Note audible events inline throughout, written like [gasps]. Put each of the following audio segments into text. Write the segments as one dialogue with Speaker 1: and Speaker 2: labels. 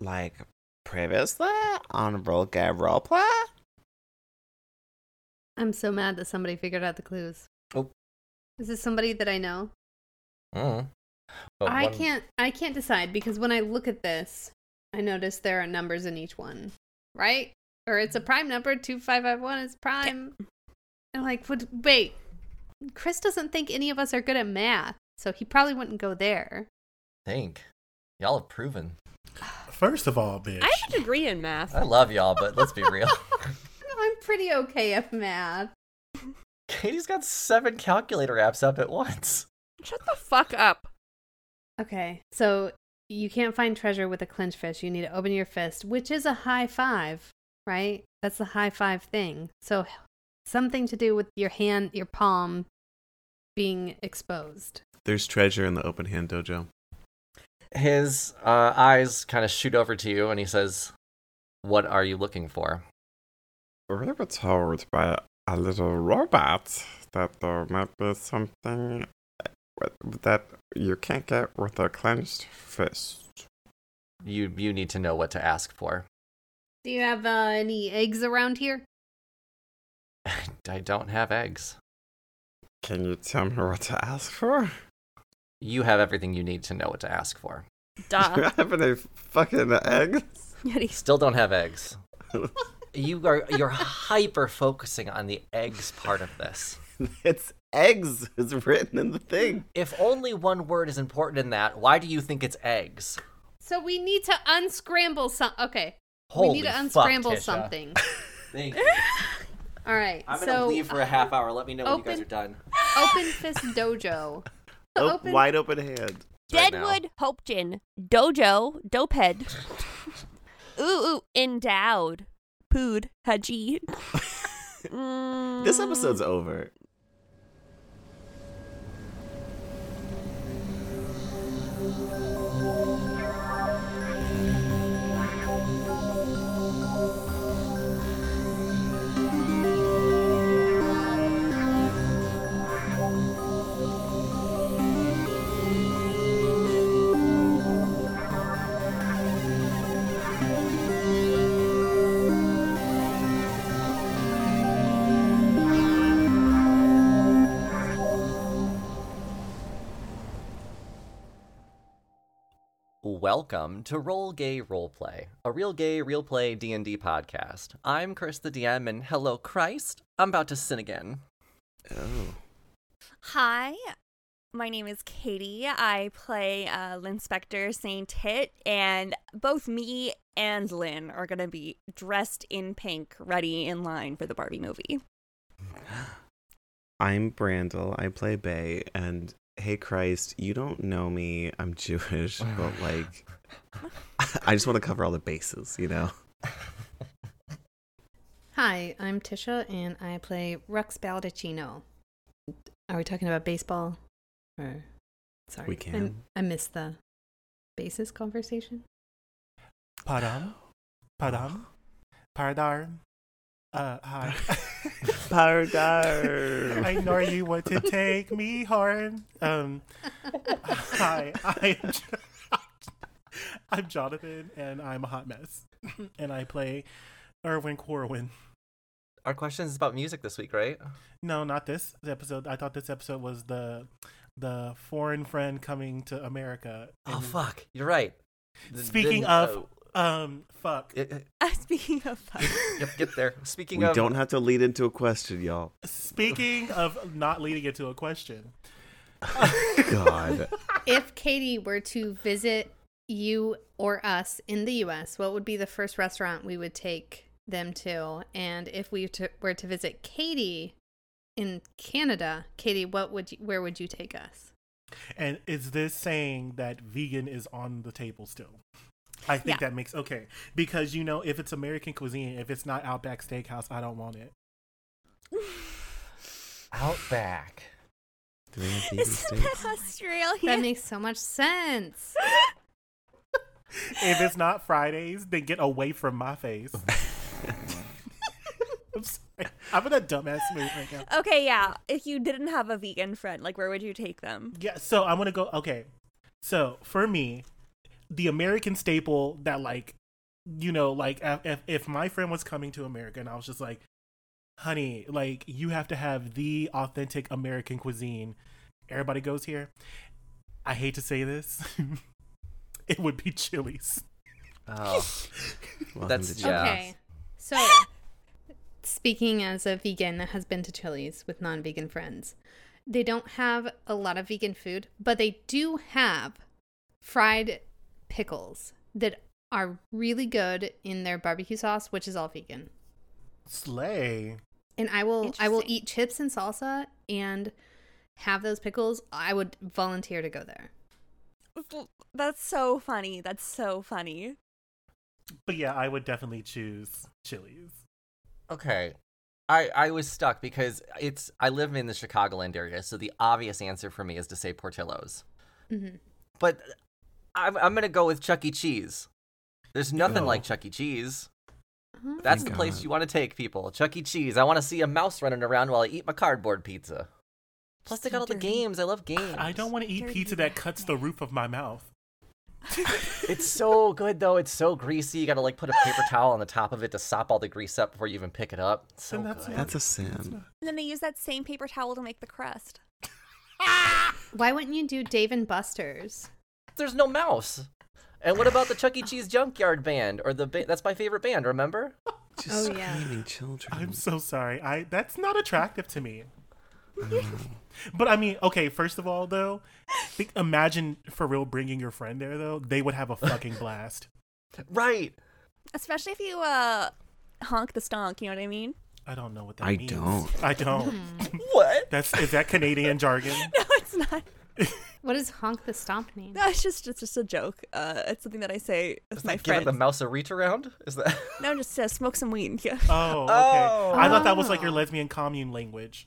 Speaker 1: like previously on Roleplay Roleplay.
Speaker 2: I'm so mad that somebody figured out the clues.
Speaker 1: Oh.
Speaker 2: Is this somebody that I know?
Speaker 1: Mm. But
Speaker 2: I
Speaker 1: one-
Speaker 2: can't I can't decide because when I look at this, I notice there are numbers in each one. Right? Or it's
Speaker 1: Mm-hmm.
Speaker 2: a prime number, two five five one is prime. And like what wait. Chris doesn't think any of us are good at math, so he probably wouldn't go there. [laughs]
Speaker 1: think. Y'all have proven.
Speaker 3: First of all, bitch.
Speaker 4: I have a degree in math.
Speaker 1: I love y'all, but let's be real. [laughs]
Speaker 2: I'm pretty okay at math.
Speaker 1: Katie's got seven calculator apps up at once.
Speaker 4: Shut the fuck up.
Speaker 2: Okay, so you can't find treasure with a clenched fist. You need to open your fist, which is a high five, right? That's the high five thing. So something to do with your hand, your palm being exposed.
Speaker 5: There's treasure in the open hand dojo.
Speaker 1: His uh, eyes kind of shoot over to you, and he says, "What are you looking for?"
Speaker 5: We were told by a little robot that there might be something that you can't get with a clenched fist.
Speaker 1: You you need to know what to ask for. [laughs]
Speaker 2: Do you have uh, any eggs around here?
Speaker 1: I don't have eggs.
Speaker 5: Can you tell me what to ask for?
Speaker 1: You have everything you need to know what to ask for.
Speaker 5: Do
Speaker 4: [laughs] Duh.
Speaker 5: [laughs] I have any fucking eggs?
Speaker 4: Yeti.
Speaker 1: Still don't
Speaker 2: [laughs]
Speaker 1: have eggs. you are you're hyper focusing on the eggs part of this.
Speaker 5: [laughs] It's eggs. It's written in the thing.
Speaker 1: If only one word is important in that, why do you think it's eggs?
Speaker 2: So we need to unscramble some. Okay, we
Speaker 1: Holy
Speaker 2: need to
Speaker 1: fuck,
Speaker 2: unscramble
Speaker 1: Tisha.
Speaker 2: something.
Speaker 1: Thank
Speaker 2: [laughs]
Speaker 1: you.
Speaker 2: All right,
Speaker 1: [laughs] I'm gonna
Speaker 2: so
Speaker 1: leave for a half hour. Let me know when you guys
Speaker 2: open-
Speaker 1: are done.
Speaker 2: open fist dojo. So
Speaker 5: Oh,
Speaker 2: open-
Speaker 5: Wide open hand.
Speaker 1: Right now.
Speaker 4: Deadwood Hopejin. Dojo. [laughs] Doped. ooh, ooh. Endowed. Pood. [laughs] Haji. Mm.
Speaker 5: This episode's over.
Speaker 1: Welcome to Roll Gay Roleplay, a real gay real play D&D podcast. I'm Chris the DM and hello Christ, I'm about to sin again.
Speaker 5: Oh.
Speaker 4: Hi, my name is Katie. I play uh, Linspector Saint Hit, and both me and Lynn are going to be dressed in pink, ready in line for the Barbie movie. [laughs]
Speaker 5: I'm Brandel. I play Bay. And hey, Christ, you don't know me. I'm Jewish, but like, I just want to cover all the bases, you know?
Speaker 2: Hi, I'm Tisha, and I play Rux Baldacchino. Are we talking about baseball? Or sorry,
Speaker 5: We
Speaker 2: I-
Speaker 5: can.
Speaker 2: I, missed the basis conversation.
Speaker 3: Padam. Padam. Pardar. Uh,
Speaker 6: [laughs]
Speaker 3: [laughs] hi.
Speaker 5: Pardar.
Speaker 3: [laughs] I know you want to take me home. Um, hi. I am Jo- [laughs] I'm Jonathan, and I'm a hot mess. and I play Erwin Corwin.
Speaker 1: [laughs] Our question is about music this week, right?
Speaker 3: No, not this episode. I thought this episode was the the foreign friend coming to America.
Speaker 1: Oh
Speaker 3: And
Speaker 1: fuck, you're right. Th-
Speaker 3: Speaking
Speaker 1: then,
Speaker 3: of-
Speaker 1: uh,
Speaker 3: Um, fuck.
Speaker 1: it- it-
Speaker 4: Uh, speaking of, [laughs]
Speaker 1: yep, get there. Speaking
Speaker 5: We
Speaker 1: of
Speaker 5: don't have to lead into a question, y'all.
Speaker 3: Speaking of not leading it to a question,
Speaker 5: God.
Speaker 2: [laughs] if Katie were to visit you or us in the U.S., what would be the first restaurant we would take them to? And if we to, were to visit Katie in Canada, Katie, what would you, where would you take us?
Speaker 3: and is this saying that vegan is on the table still? I think
Speaker 4: Yeah.
Speaker 3: that makes okay because you know if it's American cuisine, if it's not Outback Steakhouse, I don't want it.
Speaker 1: Outback.
Speaker 5: Do we have these
Speaker 4: isn't
Speaker 5: things?
Speaker 4: that Australia?
Speaker 2: That makes so much sense.
Speaker 4: [laughs]
Speaker 3: If it's not Fridays, then get away from my face. I'm sorry. I'm in a dumbass mood right now.
Speaker 4: okay, yeah. If you didn't have a vegan friend, like where would you take them?
Speaker 3: Yeah, so I'm gonna go. Okay, so for me, the American staple that like you know like if- if if my friend was coming to America and I was just like honey like you have to have the authentic American cuisine everybody goes here I hate to say this [laughs] it would be Chili's
Speaker 1: Oh,
Speaker 6: Welcome
Speaker 1: That's-
Speaker 6: to
Speaker 1: yeah.
Speaker 2: Okay. So, speaking as a vegan that has been to Chili's with non vegan friends, they don't have a lot of vegan food, but they do have fried pickles that are really good in their barbecue sauce, which is all vegan.
Speaker 3: slay
Speaker 2: And I will I will
Speaker 4: Interesting.
Speaker 2: eat chips and salsa and have those pickles. I would volunteer to go there.
Speaker 4: That's so funny. That's
Speaker 1: [laughs]
Speaker 4: so funny.
Speaker 3: but yeah I would definitely choose Chili's
Speaker 1: okay. I, I was stuck because it's I live in the Chicagoland area, so the obvious answer for me is to say Portillo's.
Speaker 2: Mhm.
Speaker 1: But I'm I'm gonna go with Chuck E. Cheese. There's nothing
Speaker 6: Oh.
Speaker 1: like Chuck E. Cheese.
Speaker 2: Uh-huh.
Speaker 1: That's
Speaker 6: Thank
Speaker 1: the place
Speaker 6: God.
Speaker 1: you want to take people. Chuck E. Cheese. I want to see a mouse running around while I eat my cardboard pizza. Plus, they
Speaker 4: So
Speaker 1: got all the
Speaker 4: dirty.
Speaker 1: games. I love games.
Speaker 3: I don't want to eat
Speaker 4: Dirty
Speaker 3: pizza that cuts the roof of my mouth
Speaker 1: It's so good though. It's so greasy. You gotta like put a paper towel on the top of it to sop all the grease up before you even pick it up. It's so
Speaker 3: Then that's
Speaker 1: good.
Speaker 3: not-
Speaker 6: That's a sin.
Speaker 4: And then they use that same paper towel to make the crust.
Speaker 2: Why wouldn't you do Dave and Buster's?
Speaker 1: There's no mouse. And what about the Chuck E. Cheese Junkyard Band or the ba- that's my favorite band? Remember?
Speaker 6: Just
Speaker 2: Oh, yeah.
Speaker 6: screaming children.
Speaker 3: I'm so sorry. I that's not attractive to me.
Speaker 6: Mm.
Speaker 3: [laughs] but I mean, okay. First of all, though, think, imagine for real bringing your friend there. Though they would have a fucking blast.
Speaker 1: Right.
Speaker 4: Especially if you uh honk the stonk, you know what I mean? [laughs]
Speaker 3: I don't know what that
Speaker 6: I
Speaker 3: means.
Speaker 6: don't.
Speaker 3: [laughs] I don't.
Speaker 1: What?
Speaker 3: That's is that Canadian jargon?
Speaker 4: No, it's not.
Speaker 2: What does honk the stomp mean?
Speaker 4: No, it's just it's just a joke. Uh it's something that I say with my
Speaker 1: Give it
Speaker 4: friends.
Speaker 1: the mouse a reach around? Is that? [laughs]
Speaker 4: No, just uh, smoke some weed. Yeah. [laughs]
Speaker 3: Oh, okay.
Speaker 1: Oh.
Speaker 3: I thought that was like your lesbian commune language.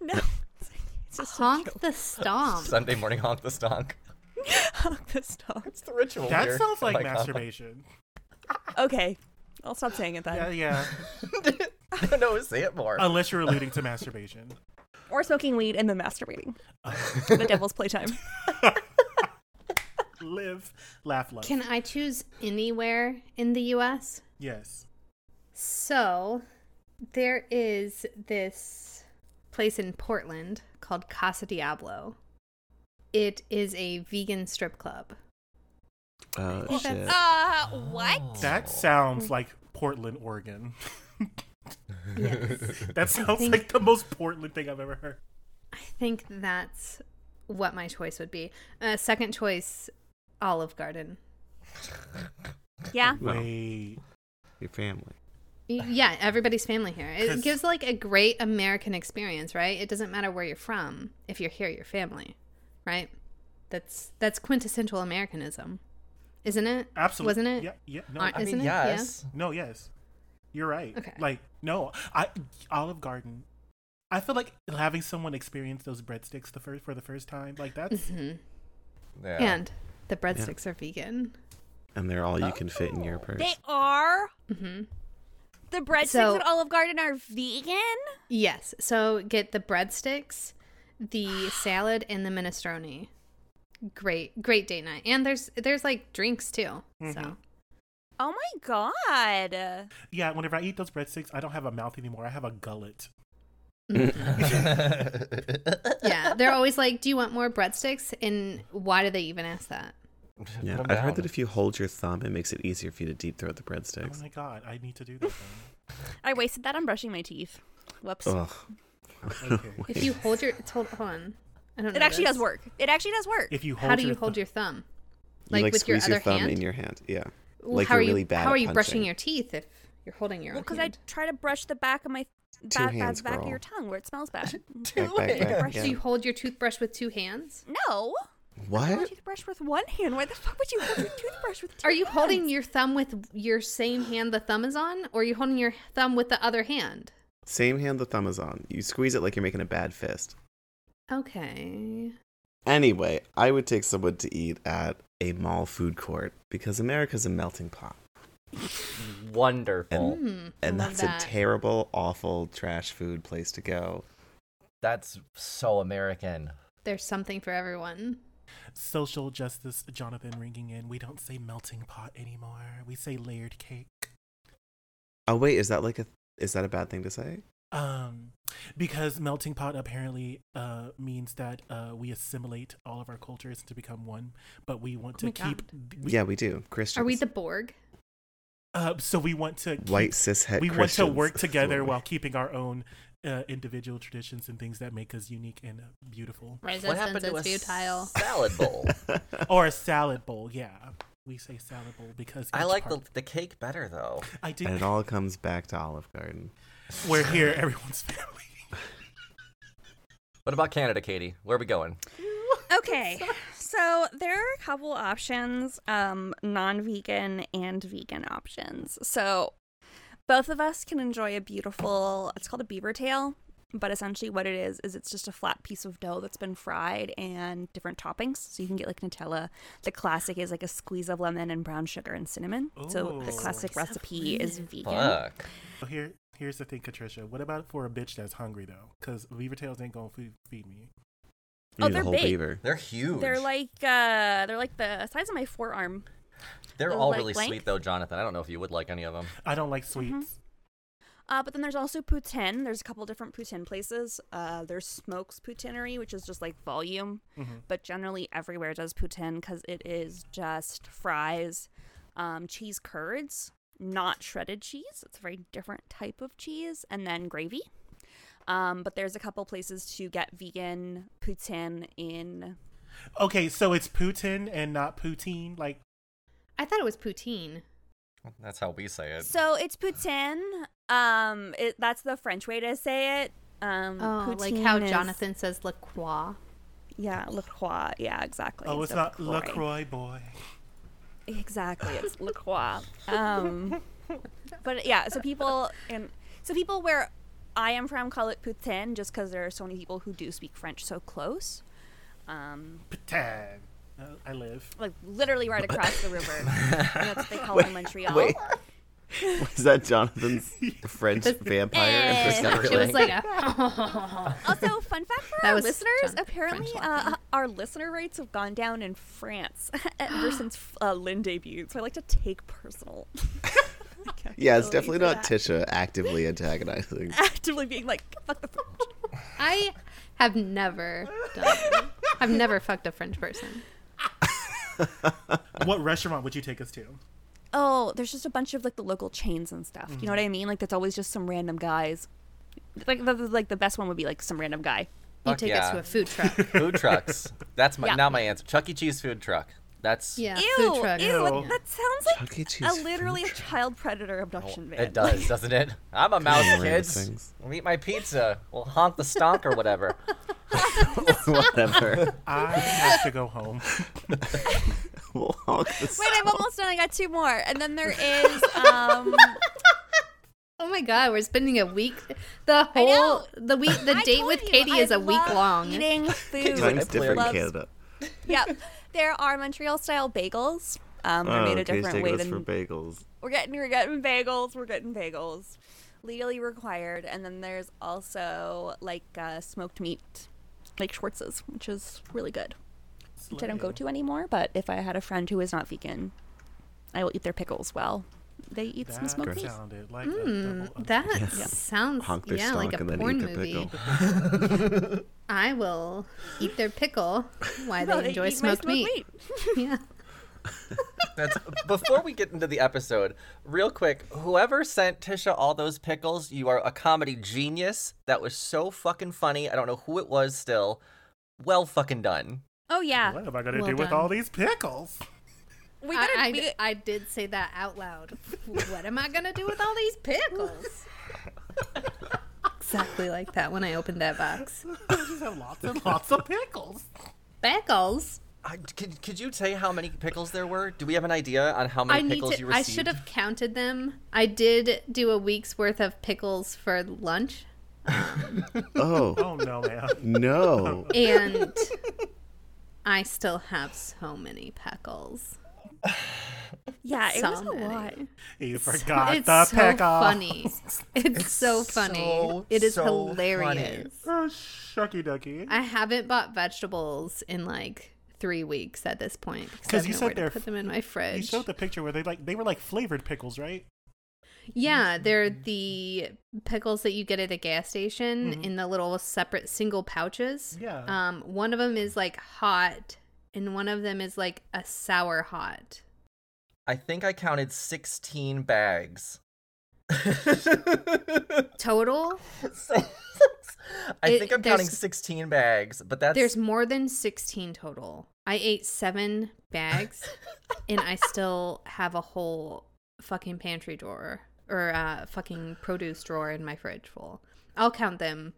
Speaker 4: No. It's just a
Speaker 2: Honk
Speaker 4: joke. [laughs]
Speaker 2: the stomp.
Speaker 1: Sunday morning honk the stonk.
Speaker 4: honk the stonk.
Speaker 1: It's the ritual.
Speaker 3: That
Speaker 1: here
Speaker 3: sounds
Speaker 1: in
Speaker 3: like
Speaker 1: my combo. [laughs]
Speaker 3: masturbation.
Speaker 4: Okay. I'll stop saying it then.
Speaker 3: Yeah,
Speaker 1: [laughs]
Speaker 3: yeah.
Speaker 1: no, say it more. [laughs]
Speaker 3: Unless you're alluding to masturbation.
Speaker 4: Or smoking weed and then masturbating. the devil's playtime.
Speaker 1: [laughs]
Speaker 3: Live, laugh, love.
Speaker 2: Can I choose anywhere in the US?
Speaker 3: yes.
Speaker 2: So there is this place in Portland called Casa Diablo. It is a vegan strip club.
Speaker 6: Oh shit.
Speaker 4: Uh what?
Speaker 3: That sounds like Portland, Oregon.
Speaker 2: Yes.
Speaker 3: That sounds
Speaker 2: think-
Speaker 3: like the most Portland thing I've ever heard.
Speaker 2: I think that's what my choice would be. Uh, second choice, Olive Garden.
Speaker 4: Yeah.
Speaker 6: No,
Speaker 3: Wait.
Speaker 6: your family.
Speaker 2: Y- Yeah, everybody's family here. It
Speaker 3: 'Cause-
Speaker 2: gives like a great American experience, right? It doesn't matter where you're from. If you're here, you're family, right? That's that's quintessential Americanism, isn't it?
Speaker 3: Absolutely.
Speaker 2: Wasn't it?
Speaker 3: Yeah. Yeah. No.
Speaker 2: Aren't-
Speaker 1: I
Speaker 2: Isn't
Speaker 1: mean,
Speaker 2: it? Yeah.
Speaker 1: yes.
Speaker 3: no. Yes. You're right.
Speaker 2: Okay.
Speaker 3: Like no. I Olive Garden. I feel like having someone experience those breadsticks the first for the first time, like that's
Speaker 2: Mm-hmm.
Speaker 1: Yeah. [laughs]
Speaker 2: And the breadsticks are vegan.
Speaker 6: And they're all you can fit in your purse.
Speaker 4: They Mm-hmm. are the breadsticks
Speaker 2: So-
Speaker 4: at Olive Garden are vegan.
Speaker 2: Yes. So get the breadsticks, the salad, and the minestrone. Great, great date night. And there's there's like drinks too. So
Speaker 4: Oh my god!
Speaker 3: yeah. Whenever I eat those breadsticks, I don't have a mouth anymore. I have a gullet. Mm-hmm.
Speaker 2: Mm-hmm. yeah, they're always like, "Do you want more breadsticks?" And why do they even ask that?
Speaker 6: Yeah, I've heard that if you hold your thumb, it makes it easier for you to deep throat the
Speaker 3: Oh
Speaker 6: breadsticks.
Speaker 3: my god, I need to do that.
Speaker 2: [laughs]
Speaker 3: Then.
Speaker 4: I wasted that on brushing my teeth. Whoops!
Speaker 6: Ugh. [laughs]
Speaker 3: Okay.
Speaker 2: If you hold your it's, hold on, I don't.
Speaker 4: it
Speaker 2: know
Speaker 4: actually
Speaker 2: this.
Speaker 4: does work. It actually does work.
Speaker 3: If you hold
Speaker 2: How do you
Speaker 3: your
Speaker 2: hold
Speaker 3: thumb-
Speaker 2: your thumb?
Speaker 6: You, like,
Speaker 2: with your
Speaker 6: squeeze your,
Speaker 2: other
Speaker 6: thumb
Speaker 2: hand?
Speaker 6: in your hand. Yeah.
Speaker 2: Well,
Speaker 6: like
Speaker 2: how
Speaker 6: you're
Speaker 2: are you,
Speaker 6: really bad
Speaker 2: How
Speaker 6: at
Speaker 2: are you brushing
Speaker 6: punching.
Speaker 2: your teeth if you're holding your
Speaker 4: well,
Speaker 2: own
Speaker 4: because I
Speaker 2: hand?
Speaker 4: try to brush the back of my
Speaker 6: Two
Speaker 4: back,
Speaker 6: hands,
Speaker 4: back, back of
Speaker 6: girl.
Speaker 4: your tongue where it
Speaker 6: [laughs]
Speaker 4: smells bad.
Speaker 6: Back,
Speaker 2: [laughs]
Speaker 6: back, back,
Speaker 4: Brush-
Speaker 2: so you hold your toothbrush with two hands?
Speaker 4: no, I hold
Speaker 6: What?
Speaker 4: toothbrush with one hand. Why the fuck would you hold your toothbrush with two?
Speaker 2: Are you holding
Speaker 4: hands?
Speaker 2: your thumb with your same hand the thumb is on, or are you holding your thumb with the other hand?
Speaker 6: Same hand the thumb is on. You squeeze it like you're making a bad fist.
Speaker 2: Okay.
Speaker 6: Anyway, I would take someone to eat at a mall food court because America's a melting pot.
Speaker 1: Wonderful.
Speaker 2: Hmm, I
Speaker 6: Oh, And
Speaker 2: love
Speaker 6: that's
Speaker 2: that.
Speaker 6: a terrible, awful trash food place to go.
Speaker 1: That's so American.
Speaker 2: There's something for everyone.
Speaker 3: Social justice Jonathan ringing in. We don't say melting pot anymore. We say layered cake.
Speaker 5: Oh wait, is that like a is that a bad thing to say?
Speaker 3: Um, because melting pot apparently uh, means that uh, we assimilate all of our cultures to become one, but we want
Speaker 2: Oh my
Speaker 3: to keep. We,
Speaker 5: yeah, we do. Christians.
Speaker 2: Are we the Borg?
Speaker 3: Uh, so we want to keep,
Speaker 5: white cis het
Speaker 3: We
Speaker 5: Christians.
Speaker 3: want to work
Speaker 5: That's what [laughs]
Speaker 3: together
Speaker 6: [laughs]
Speaker 5: we-
Speaker 3: while keeping our own uh, individual traditions and things that make us unique and uh, beautiful.
Speaker 1: What
Speaker 2: Resistance
Speaker 1: happened to a
Speaker 2: is futile.
Speaker 1: salad [laughs] bowl?
Speaker 3: Or a salad bowl, yeah. We say salad bowl because
Speaker 1: I
Speaker 3: each
Speaker 1: like the,
Speaker 3: part-
Speaker 1: the cake better though.
Speaker 3: I do.
Speaker 5: and it all comes back to Olive Garden. [laughs]
Speaker 3: We're here, everyone's family. [laughs]
Speaker 1: What about Canada, Katie? Where are we going?
Speaker 4: Okay, so there are a couple options um, non vegan and vegan options. So both of us can enjoy a beautiful, it's called a beaver tail, but essentially what it is is it's just a flat piece of dough that's been fried and different toppings. So you can get like Nutella. The classic is like a squeeze of lemon and brown sugar and cinnamon. So
Speaker 3: Ooh.
Speaker 4: the classic
Speaker 2: Squeeze of
Speaker 4: recipe is vegan.
Speaker 1: Fuck.
Speaker 3: So Here, here's the thing, Patricia. What about for a bitch that's hungry though? Because beaver tails ain't gonna feed, feed me.
Speaker 5: You
Speaker 4: Oh,
Speaker 5: need a
Speaker 4: they're
Speaker 5: whole
Speaker 4: big.
Speaker 5: beaver.
Speaker 1: They're huge.
Speaker 4: They're like uh, they're like the size of my forearm.
Speaker 1: They're
Speaker 4: they're
Speaker 1: all
Speaker 4: like
Speaker 1: really
Speaker 4: blank.
Speaker 1: sweet though, Jonathan. I don't know if you would like any of them.
Speaker 3: I don't like sweets.
Speaker 4: Uh, but then there's also Putin. There's a couple different Putin places. Uh, there's Smokes Poutinery, which is just like volume,
Speaker 3: Mm-hmm.
Speaker 4: but generally everywhere does Putin because it is just fries, um, cheese curds, not shredded cheese. It's a very different type of cheese, and then gravy. Um, but there's a couple places to get vegan Putin in.
Speaker 3: Okay, so it's Putin and not poutine. Like,
Speaker 2: I thought it was poutine.
Speaker 1: That's how we say it.
Speaker 4: So it's Putin. Um, it, that's the French way to say it. Um,
Speaker 2: Oh, like
Speaker 4: poutine
Speaker 2: how
Speaker 4: is-
Speaker 2: Jonathan says La Croix.
Speaker 4: Yeah, LaCroix. Yeah, exactly.
Speaker 3: oh, it's not Lacroix boy. [laughs]
Speaker 4: Exactly, it's LaCroix. Um, but yeah, so people and so people where I am from call it Putin just because there are so many people who do speak French so close. Um,
Speaker 3: Putin. Uh, I live.
Speaker 4: like literally right across
Speaker 5: [laughs]
Speaker 4: the river. That's what they call it in Montreal.
Speaker 5: Wait. Was that Jonathan's French vampire
Speaker 4: Eh.
Speaker 5: impersonator?
Speaker 2: She was like,
Speaker 4: [laughs]
Speaker 2: "Oh." a
Speaker 4: Also, fun fact for
Speaker 2: That
Speaker 4: our
Speaker 2: was
Speaker 4: listeners:
Speaker 2: Jonathan
Speaker 4: apparently,
Speaker 2: French
Speaker 4: uh,
Speaker 2: laughing.
Speaker 4: our listener rates have gone down in France [laughs] ever since uh, Lynn debuted. So I like to take personal.
Speaker 5: [laughs] [laughs] yeah, it's
Speaker 4: Accountability
Speaker 5: definitely
Speaker 4: for
Speaker 5: not
Speaker 4: that.
Speaker 5: Tisha actively
Speaker 4: [laughs]
Speaker 5: antagonizing.
Speaker 4: Actively being like, "Fuck the French."
Speaker 2: I have never done. I've never fucked a French person.
Speaker 3: What restaurant would you take us to?
Speaker 4: [laughs] oh, there's just a bunch of like the local chains and stuff. You know what I mean? Like that's always just some random guys. Like the, the- like the best one would be like some random guy.
Speaker 2: You
Speaker 1: Fuck
Speaker 2: take us
Speaker 1: yeah.
Speaker 2: to a food
Speaker 5: [laughs]
Speaker 2: truck.
Speaker 1: food
Speaker 4: [laughs]
Speaker 1: trucks. That's my
Speaker 4: Yeah.
Speaker 1: now my answer. Chuck E. Cheese food truck. That's
Speaker 2: Yeah,
Speaker 4: ew,
Speaker 2: food truck.
Speaker 4: ew,
Speaker 3: Ew.
Speaker 4: that sounds
Speaker 5: Chuck E.
Speaker 4: like
Speaker 5: Cheese
Speaker 4: a literally a
Speaker 5: food truck.
Speaker 4: child predator abduction van.
Speaker 1: Oh, It does, doesn't it? I'm [laughs] a mouse,
Speaker 5: Remember the
Speaker 1: kids.
Speaker 5: things.
Speaker 1: We'll eat my pizza. We'll honk the stonk or whatever.
Speaker 5: Whatever.
Speaker 3: I have to go home.
Speaker 5: We'll honk the
Speaker 4: Wait, I'm almost done. I got two more, and then there is um.
Speaker 2: [laughs] Oh my god, we're spending a week. The
Speaker 4: I know.
Speaker 2: whole the week the
Speaker 4: I
Speaker 2: date
Speaker 4: told
Speaker 2: with
Speaker 4: you,
Speaker 2: Katie is
Speaker 4: I
Speaker 2: a week
Speaker 4: love
Speaker 2: long.
Speaker 4: Eating
Speaker 5: [laughs]
Speaker 4: food.
Speaker 5: Times
Speaker 1: I
Speaker 5: different in
Speaker 1: loves-
Speaker 5: Canada.
Speaker 4: yep. There are Montreal style bagels. Um, they're
Speaker 5: Oh,
Speaker 4: made a
Speaker 5: okay, he's
Speaker 4: different
Speaker 5: taking
Speaker 4: way
Speaker 5: us
Speaker 4: than
Speaker 5: for bagels.
Speaker 4: We're getting we're getting bagels. We're getting bagels. Legally required. And then there's also like uh, smoked meat, like Schwartz's, which is really good, which I don't go to anymore. But if I had a friend who is not vegan, I will eat their pickles. Well, they eat some
Speaker 3: That
Speaker 4: smoked meat.
Speaker 3: sounded like a double.
Speaker 2: Hmm, That
Speaker 5: Yeah.
Speaker 2: sounds
Speaker 5: Honk their
Speaker 2: yeah
Speaker 5: stonk
Speaker 2: like a
Speaker 5: and then
Speaker 2: porn
Speaker 5: eat their
Speaker 2: movie.
Speaker 5: pickle.
Speaker 2: I will eat their pickle. Why they
Speaker 4: Well, they
Speaker 2: enjoy
Speaker 4: eat my
Speaker 2: smoked, meat? yeah.
Speaker 1: That's before we get into the episode, real quick, whoever sent Tisha all those pickles, you are a comedy genius. That was so fucking funny. I don't know who it was still. Well fucking done.
Speaker 4: Oh yeah,
Speaker 3: What am I gonna
Speaker 2: Well
Speaker 3: do with
Speaker 2: done.
Speaker 3: all these
Speaker 2: [laughs]
Speaker 3: pickles? [laughs]
Speaker 4: we
Speaker 2: I,
Speaker 4: gotta.
Speaker 2: I,
Speaker 4: we,
Speaker 2: I did say that out loud. what am I gonna do with all these
Speaker 4: [laughs]
Speaker 2: pickles? exactly like that when I opened that box.
Speaker 3: I just have lots and lots of
Speaker 2: [laughs]
Speaker 3: pickles.
Speaker 2: Pickles.
Speaker 1: I, could, could you say how many pickles there were? Do we have an idea on how
Speaker 2: I
Speaker 1: many
Speaker 2: need
Speaker 1: pickles you
Speaker 2: to. I
Speaker 1: received?
Speaker 2: should have counted them. I did do a week's worth of pickles for lunch,
Speaker 5: Oh
Speaker 3: Oh no, man.
Speaker 5: no!
Speaker 4: [laughs]
Speaker 1: [laughs]
Speaker 2: and I still have so many pickles.
Speaker 4: yeah, it
Speaker 2: so
Speaker 4: was a
Speaker 2: many.
Speaker 4: lot.
Speaker 3: You forgot
Speaker 2: it's
Speaker 3: the
Speaker 2: so
Speaker 3: pickles. [laughs]
Speaker 2: funny. It's, so funny.
Speaker 1: so,
Speaker 2: it is
Speaker 1: so funny.
Speaker 2: hilarious.
Speaker 3: Oh, shucky ducky.
Speaker 2: I haven't bought vegetables in like three weeks at this point
Speaker 3: 'Cause
Speaker 2: I've
Speaker 3: you said
Speaker 2: nowhere to
Speaker 3: they're-
Speaker 2: put them in my
Speaker 3: You
Speaker 2: fridge.
Speaker 3: showed the picture where they like they were like flavored pickles, right?
Speaker 2: Yeah, they're the pickles that you get at a gas station
Speaker 3: Mhm.
Speaker 2: in the little separate single pouches.
Speaker 3: Yeah.
Speaker 2: Um, one of them is like hot, and one of them is like a sour hot.
Speaker 1: I think I counted 16 bags.
Speaker 2: Total,
Speaker 1: I
Speaker 2: It-
Speaker 1: think I'm
Speaker 2: there's-
Speaker 1: counting 16 bags, but that's
Speaker 2: there's more than 16 total. I ate seven bags, and I still have a whole fucking pantry drawer or uh, fucking produce drawer in my fridge full. I'll count them.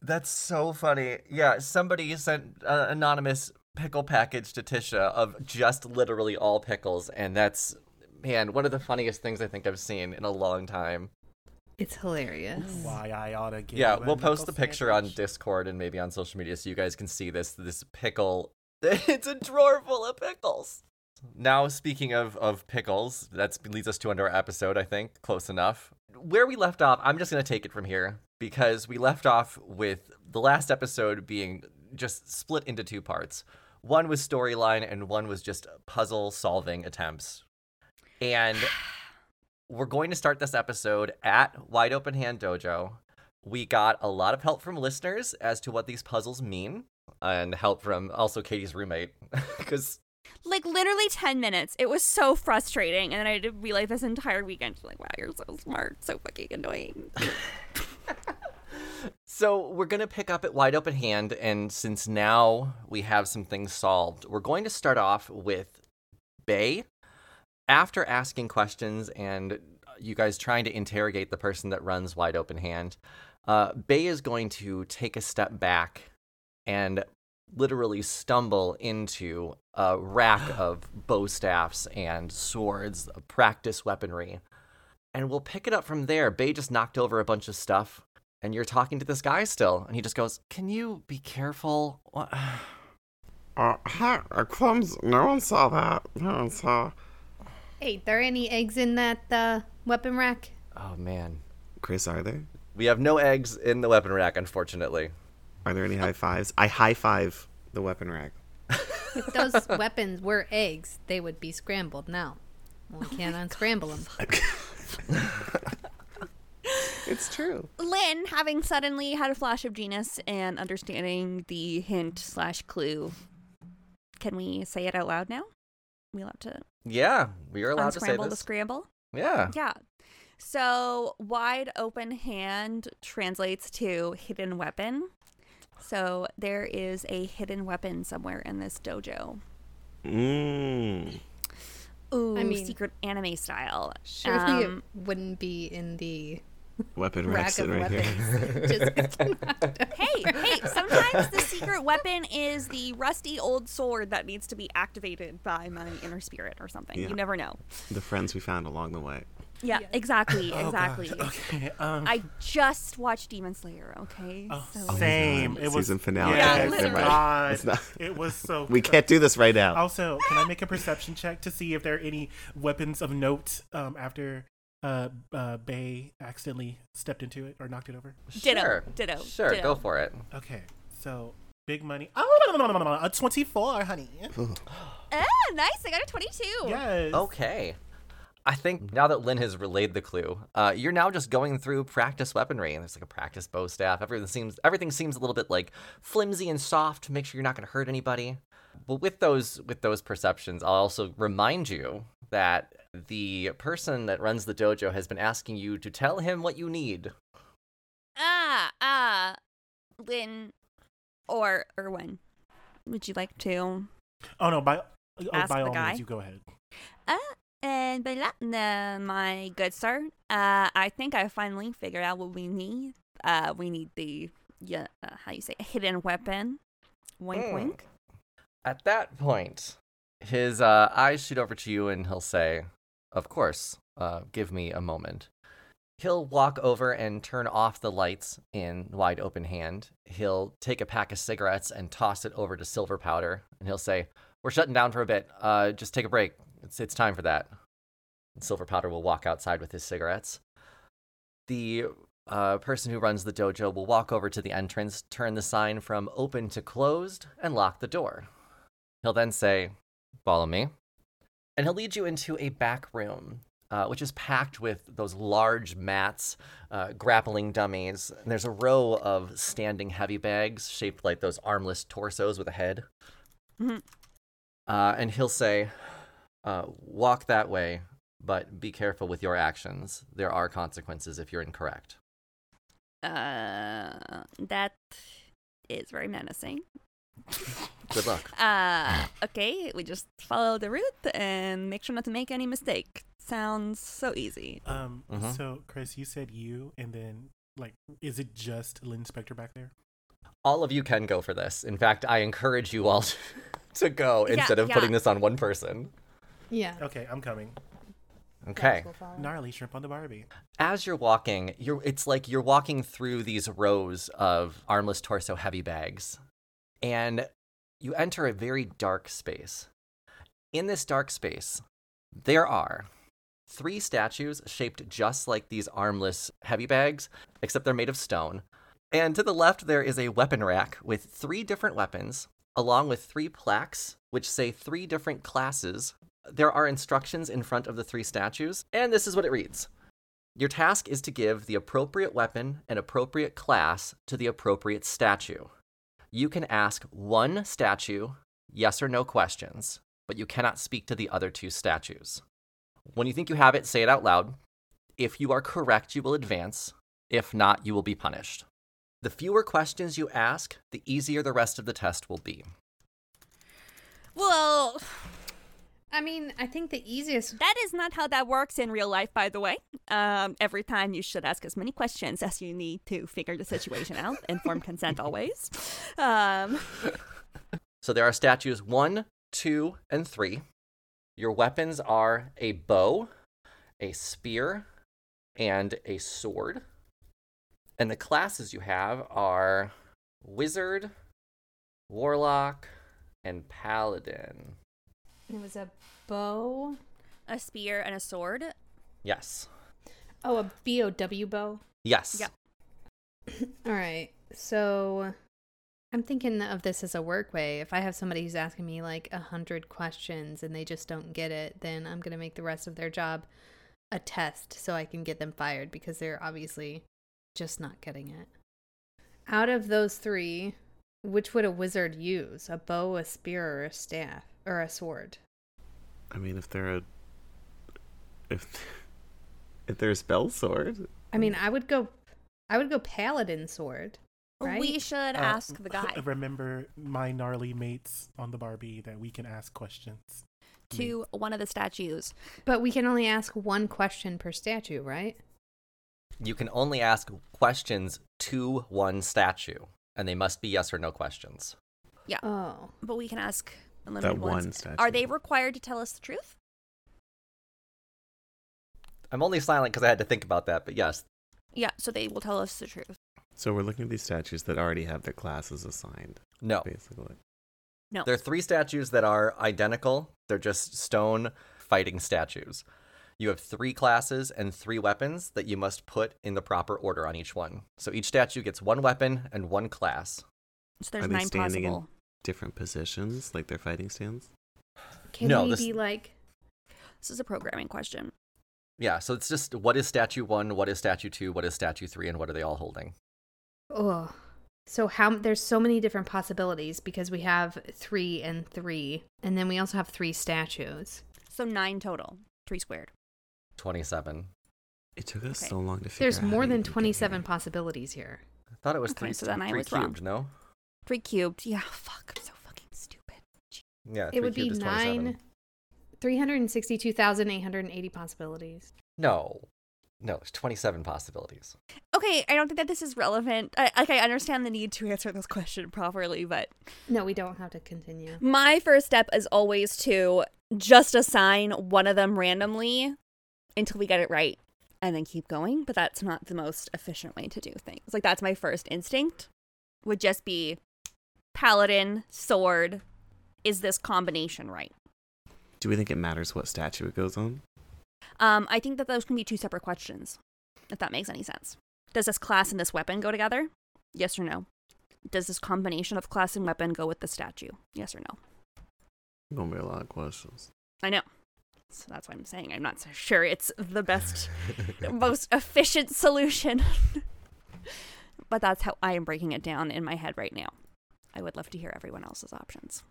Speaker 1: that's so funny. Yeah, somebody sent an anonymous pickle package to Tisha of just literally all pickles, and that's man, one of the funniest things I think I've seen in a long time.
Speaker 2: It's hilarious.
Speaker 3: Why I oughta give
Speaker 1: Yeah,
Speaker 3: you a
Speaker 1: we'll post
Speaker 3: knuckle
Speaker 1: the picture on
Speaker 3: sandwich.
Speaker 1: Discord and maybe on social media so you guys can see this this pickle. [laughs] It's a drawer full of pickles. Now speaking of of pickles, that leads us to another episode, I think, close enough. Where we left off, I'm just going to take it from here because we left off with the last episode being just split into two parts. One was storyline and one was just puzzle solving attempts. And we're going to start this episode at Wide Open Hand Dojo. We got a lot of help from listeners as to what these puzzles mean, and help from also Katie's roommate, [laughs] because
Speaker 4: Like literally 10 minutes. It was so frustrating. And then I had to relay this entire weekend. Like, wow, you're so smart. So fucking annoying.
Speaker 1: So we're going to pick up at wide open hand. And since now we have some things solved, we're going to start off with Bay. After asking questions and you guys trying to interrogate the person that runs wide open hand, uh, Bay is going to take a step back and literally stumble into a rack of bow staffs and swords, practice weaponry. And we'll pick it up from there. Bay just knocked over a bunch of stuff and you're talking to this guy still, and he just goes, "Can you be careful?" What-
Speaker 6: Uh, hi, uh, Crumbs, no one saw that. No one saw.
Speaker 2: Hey, there any eggs in that uh, weapon rack?
Speaker 1: [sighs] Oh man,
Speaker 5: Chris, are there?
Speaker 1: we have no eggs in the weapon rack, unfortunately.
Speaker 5: Are there any high fives? I high five the weapon rack.
Speaker 2: If those [laughs] weapons were eggs, they would be scrambled now. We
Speaker 4: Oh
Speaker 2: can't unscramble them.
Speaker 5: It's true.
Speaker 4: Lynn, having suddenly had a flash of genius and understanding the hint slash clue, can we say it out loud now? We allowed to
Speaker 1: Yeah, we are allowed to say
Speaker 4: unscramble the
Speaker 1: this.
Speaker 4: scramble? [laughs]
Speaker 1: Yeah,
Speaker 4: Yeah. So wide open hand translates to hidden weapon. So there is a hidden weapon somewhere in this dojo.
Speaker 5: Mmm.
Speaker 4: Ooh,
Speaker 2: I mean-
Speaker 4: secret anime style.
Speaker 2: Surely
Speaker 4: Um,
Speaker 2: it wouldn't be in
Speaker 4: [laughs]
Speaker 2: the
Speaker 5: Weapon
Speaker 2: rack
Speaker 5: rack
Speaker 2: of
Speaker 5: sitting right
Speaker 2: weapons.
Speaker 5: here.
Speaker 2: Just
Speaker 1: [laughs]
Speaker 2: knocked over.
Speaker 4: hey, [laughs]
Speaker 2: [laughs]
Speaker 4: hey, sometimes the secret weapon is the rusty old sword that needs to be activated by my inner spirit or something.
Speaker 5: Yeah.
Speaker 4: You never know.
Speaker 5: [laughs] The friends we found along the way.
Speaker 4: Yeah, exactly,
Speaker 3: Oh, gosh.
Speaker 4: exactly.
Speaker 3: [laughs] Okay. Um,
Speaker 4: I just watched Demon Slayer, okay?
Speaker 3: oh,
Speaker 4: so
Speaker 3: same.
Speaker 5: God.
Speaker 3: It was
Speaker 5: Season finale.
Speaker 4: Yeah,
Speaker 3: Yeah,
Speaker 4: literally.
Speaker 3: God.
Speaker 5: It's not-
Speaker 3: It was so.
Speaker 5: [laughs] We
Speaker 3: good.
Speaker 5: can't do this right now.
Speaker 3: Also, can I make a perception check to see if there are any weapons of note um, after uh, uh, Bay accidentally stepped into it or knocked it over?
Speaker 4: Ditto,
Speaker 1: Sure.
Speaker 4: ditto,
Speaker 1: Sure, go
Speaker 4: ditto.
Speaker 1: for it.
Speaker 3: Okay, so big money. [laughs] Oh, no, no, no, no, no, no, a twenty-four, honey.
Speaker 4: Ah, nice. I got a 22.
Speaker 3: Yes.
Speaker 1: Okay, I think now that Lynn has relayed the clue, uh, you're now just going through practice weaponry, and there's like a practice bow staff. Everything seems everything seems a little bit like flimsy and soft to make sure you're not going to hurt anybody. But with those with those perceptions, I'll also remind you that the person that runs the dojo has been asking you to tell him what you need.
Speaker 4: Ah, ah. Lynn or Erwin, would you like to?
Speaker 3: Oh no, by oh,
Speaker 4: Ask
Speaker 3: by
Speaker 4: the
Speaker 3: all
Speaker 4: guy.
Speaker 3: means, you go ahead.
Speaker 4: Uh, And by that, uh, my good sir, uh, I think I finally figured out what we need. Uh, we need the, yeah, uh, how you say, it, hidden weapon. Wink,
Speaker 1: Mm.
Speaker 4: wink.
Speaker 1: At that point, his uh, eyes shoot over to you and he'll say, Of course, uh, give me a moment. He'll walk over and turn off the lights in wide open hand. He'll take a pack of cigarettes and toss it over to Silver Powder and he'll say, We're shutting down for a bit. Uh, just take a break. It's, it's time for that. And Silver Powder will walk outside with his cigarettes. The uh, person who runs the dojo will walk over to the entrance, turn the sign from open to closed, and lock the door. He'll then say, Follow me. And he'll lead you into a back room, uh, which is packed with those large mats, uh, grappling dummies. And there's a row of standing heavy bags shaped like those armless torsos with a head.
Speaker 4: Mhm.
Speaker 1: Uh, and he'll say, uh, Walk that way, but be careful with your actions. There are consequences if you're incorrect.
Speaker 4: Uh, that is very menacing.
Speaker 1: Good luck.
Speaker 4: [laughs] Uh, okay, we just follow the route and make sure not to make any mistake. Sounds so easy.
Speaker 3: Um,
Speaker 5: Mm-hmm.
Speaker 1: Mhm.
Speaker 3: so Chris, you said you, and then like, is it just Lynn Spector back there?
Speaker 1: All of you can go for this. In fact, I encourage you all [laughs] to go
Speaker 4: Yeah,
Speaker 1: instead of
Speaker 4: yeah.
Speaker 1: putting this on one person.
Speaker 2: Yeah.
Speaker 3: Okay, I'm coming.
Speaker 1: Okay.
Speaker 3: Gnarly shrimp on the Barbie.
Speaker 1: as you're walking, you're it's like you're walking through these rows of armless torso heavy bags. And you enter a very dark space. In this dark space, there are three statues shaped just like these armless heavy bags, except they're made of stone. And to the left there is a weapon rack with three different weapons, along with three plaques which say three different classes. There are instructions in front of the three statues, and this is what it reads. Your task is to give the appropriate weapon and appropriate class to the appropriate statue. You can ask one statue yes or no questions, but you cannot speak to the other two statues. When you think you have it, say it out loud. If you are correct, you will advance. If not, you will be punished. The fewer questions you ask, the easier the rest of the test will be.
Speaker 4: Well,
Speaker 2: I mean, I think the easiest.
Speaker 4: that is not how that works in real life, by the way. Um, every time you should ask as many questions as you need to figure the
Speaker 5: [laughs]
Speaker 4: situation out. Informed consent always. Um,
Speaker 1: So there are statues one, two, and three. Your weapons are a bow, a spear, and a sword. And the classes you have are wizard, warlock, and paladin.
Speaker 2: It was a bow.
Speaker 4: a spear and a sword.
Speaker 1: Yes.
Speaker 2: Oh, a B O W bow.
Speaker 1: Yes.
Speaker 4: Yep.
Speaker 2: All right. So I'm thinking of this as a work way. If I have somebody who's asking me like a hundred questions and they just don't get it, then I'm going to make the rest of their job a test so I can get them fired because they're obviously just not getting it. Out of those three, which would a wizard use? A bow, a spear, or a staff, or a sword?
Speaker 5: I mean, if they're a if if they're a spell sword,
Speaker 2: I mean, I would go, I would go paladin sword.
Speaker 5: Oh,
Speaker 2: Right?
Speaker 4: Oh, We should
Speaker 3: Uh, [laughs]
Speaker 4: ask the guy
Speaker 3: Remember my gnarly mates on the Barbie that we can ask questions.
Speaker 4: to one of the statues.
Speaker 2: But we can only ask one question per statue, right?
Speaker 1: You can only ask questions to one statue, and they must be yes or no questions.
Speaker 2: Oh.
Speaker 4: But we can ask unlimited
Speaker 5: That
Speaker 4: ones.
Speaker 5: one statue.
Speaker 4: Are they required to tell us the truth?
Speaker 1: I'm only silent because I had to think about that, but yes,
Speaker 4: Yeah, so they will tell us the truth.
Speaker 5: so we're looking at these statues that already have their classes assigned,
Speaker 2: Oh.
Speaker 1: no.
Speaker 5: basically.
Speaker 4: No.
Speaker 1: There are three statues that are identical. They're just stone fighting statues. You have three classes and three weapons that you must put in the proper order on each one. So each statue gets one weapon and one class.
Speaker 4: so there's
Speaker 5: Are they
Speaker 4: nine
Speaker 5: standing in-
Speaker 4: possible.
Speaker 5: Different positions, like their fighting stands.
Speaker 2: Can
Speaker 1: No,
Speaker 2: we
Speaker 1: this-
Speaker 2: be like
Speaker 4: This is a programming question.
Speaker 1: Yeah, so it's just what is statue one, what is statue two, what is statue three, and what are they all holding?
Speaker 2: oh so how there's so many different possibilities because we have three and three and then we also have three statues
Speaker 4: So nine total, three squared.
Speaker 1: 27.
Speaker 5: It took us
Speaker 4: Okay.
Speaker 5: so long to figure.
Speaker 2: there's
Speaker 5: out how
Speaker 2: more
Speaker 5: to
Speaker 2: than
Speaker 5: even get
Speaker 2: 27
Speaker 5: here.
Speaker 2: possibilities here
Speaker 1: I thought it was
Speaker 4: Okay,
Speaker 1: three,
Speaker 4: so then I
Speaker 1: three
Speaker 4: was wrong.
Speaker 1: cubed, no?
Speaker 4: Three cubed. Yeah, fuck. I'm so fucking stupid.
Speaker 1: Yeah,
Speaker 2: it
Speaker 1: three
Speaker 2: would be
Speaker 1: cubed is 27.
Speaker 2: nine 362880 possibilities
Speaker 1: No. No, there's 27 possibilities.
Speaker 4: Okay, I don't think that this is relevant. I, like, I understand the need to answer this question properly, but
Speaker 2: no we don't have to continue
Speaker 4: my first step is always to just assign one of them randomly until we get it right and then keep going. But that's not the most efficient way to do things. Like, that's my first instinct would just be paladin, sword. Is this combination right?
Speaker 5: Do we think it matters what statue it goes on?
Speaker 4: Um, I think that those can be two separate questions, if that makes any sense. Does this class and this weapon go together? Yes or no? Does this combination of class and weapon go with the statue? Yes or no?
Speaker 5: Gonna be a lot of questions.
Speaker 4: I know. So that's why I'm saying I'm not so sure it's the best, most efficient solution. [laughs] but that's how I am breaking it down in my head right now. I would love to hear everyone else's options.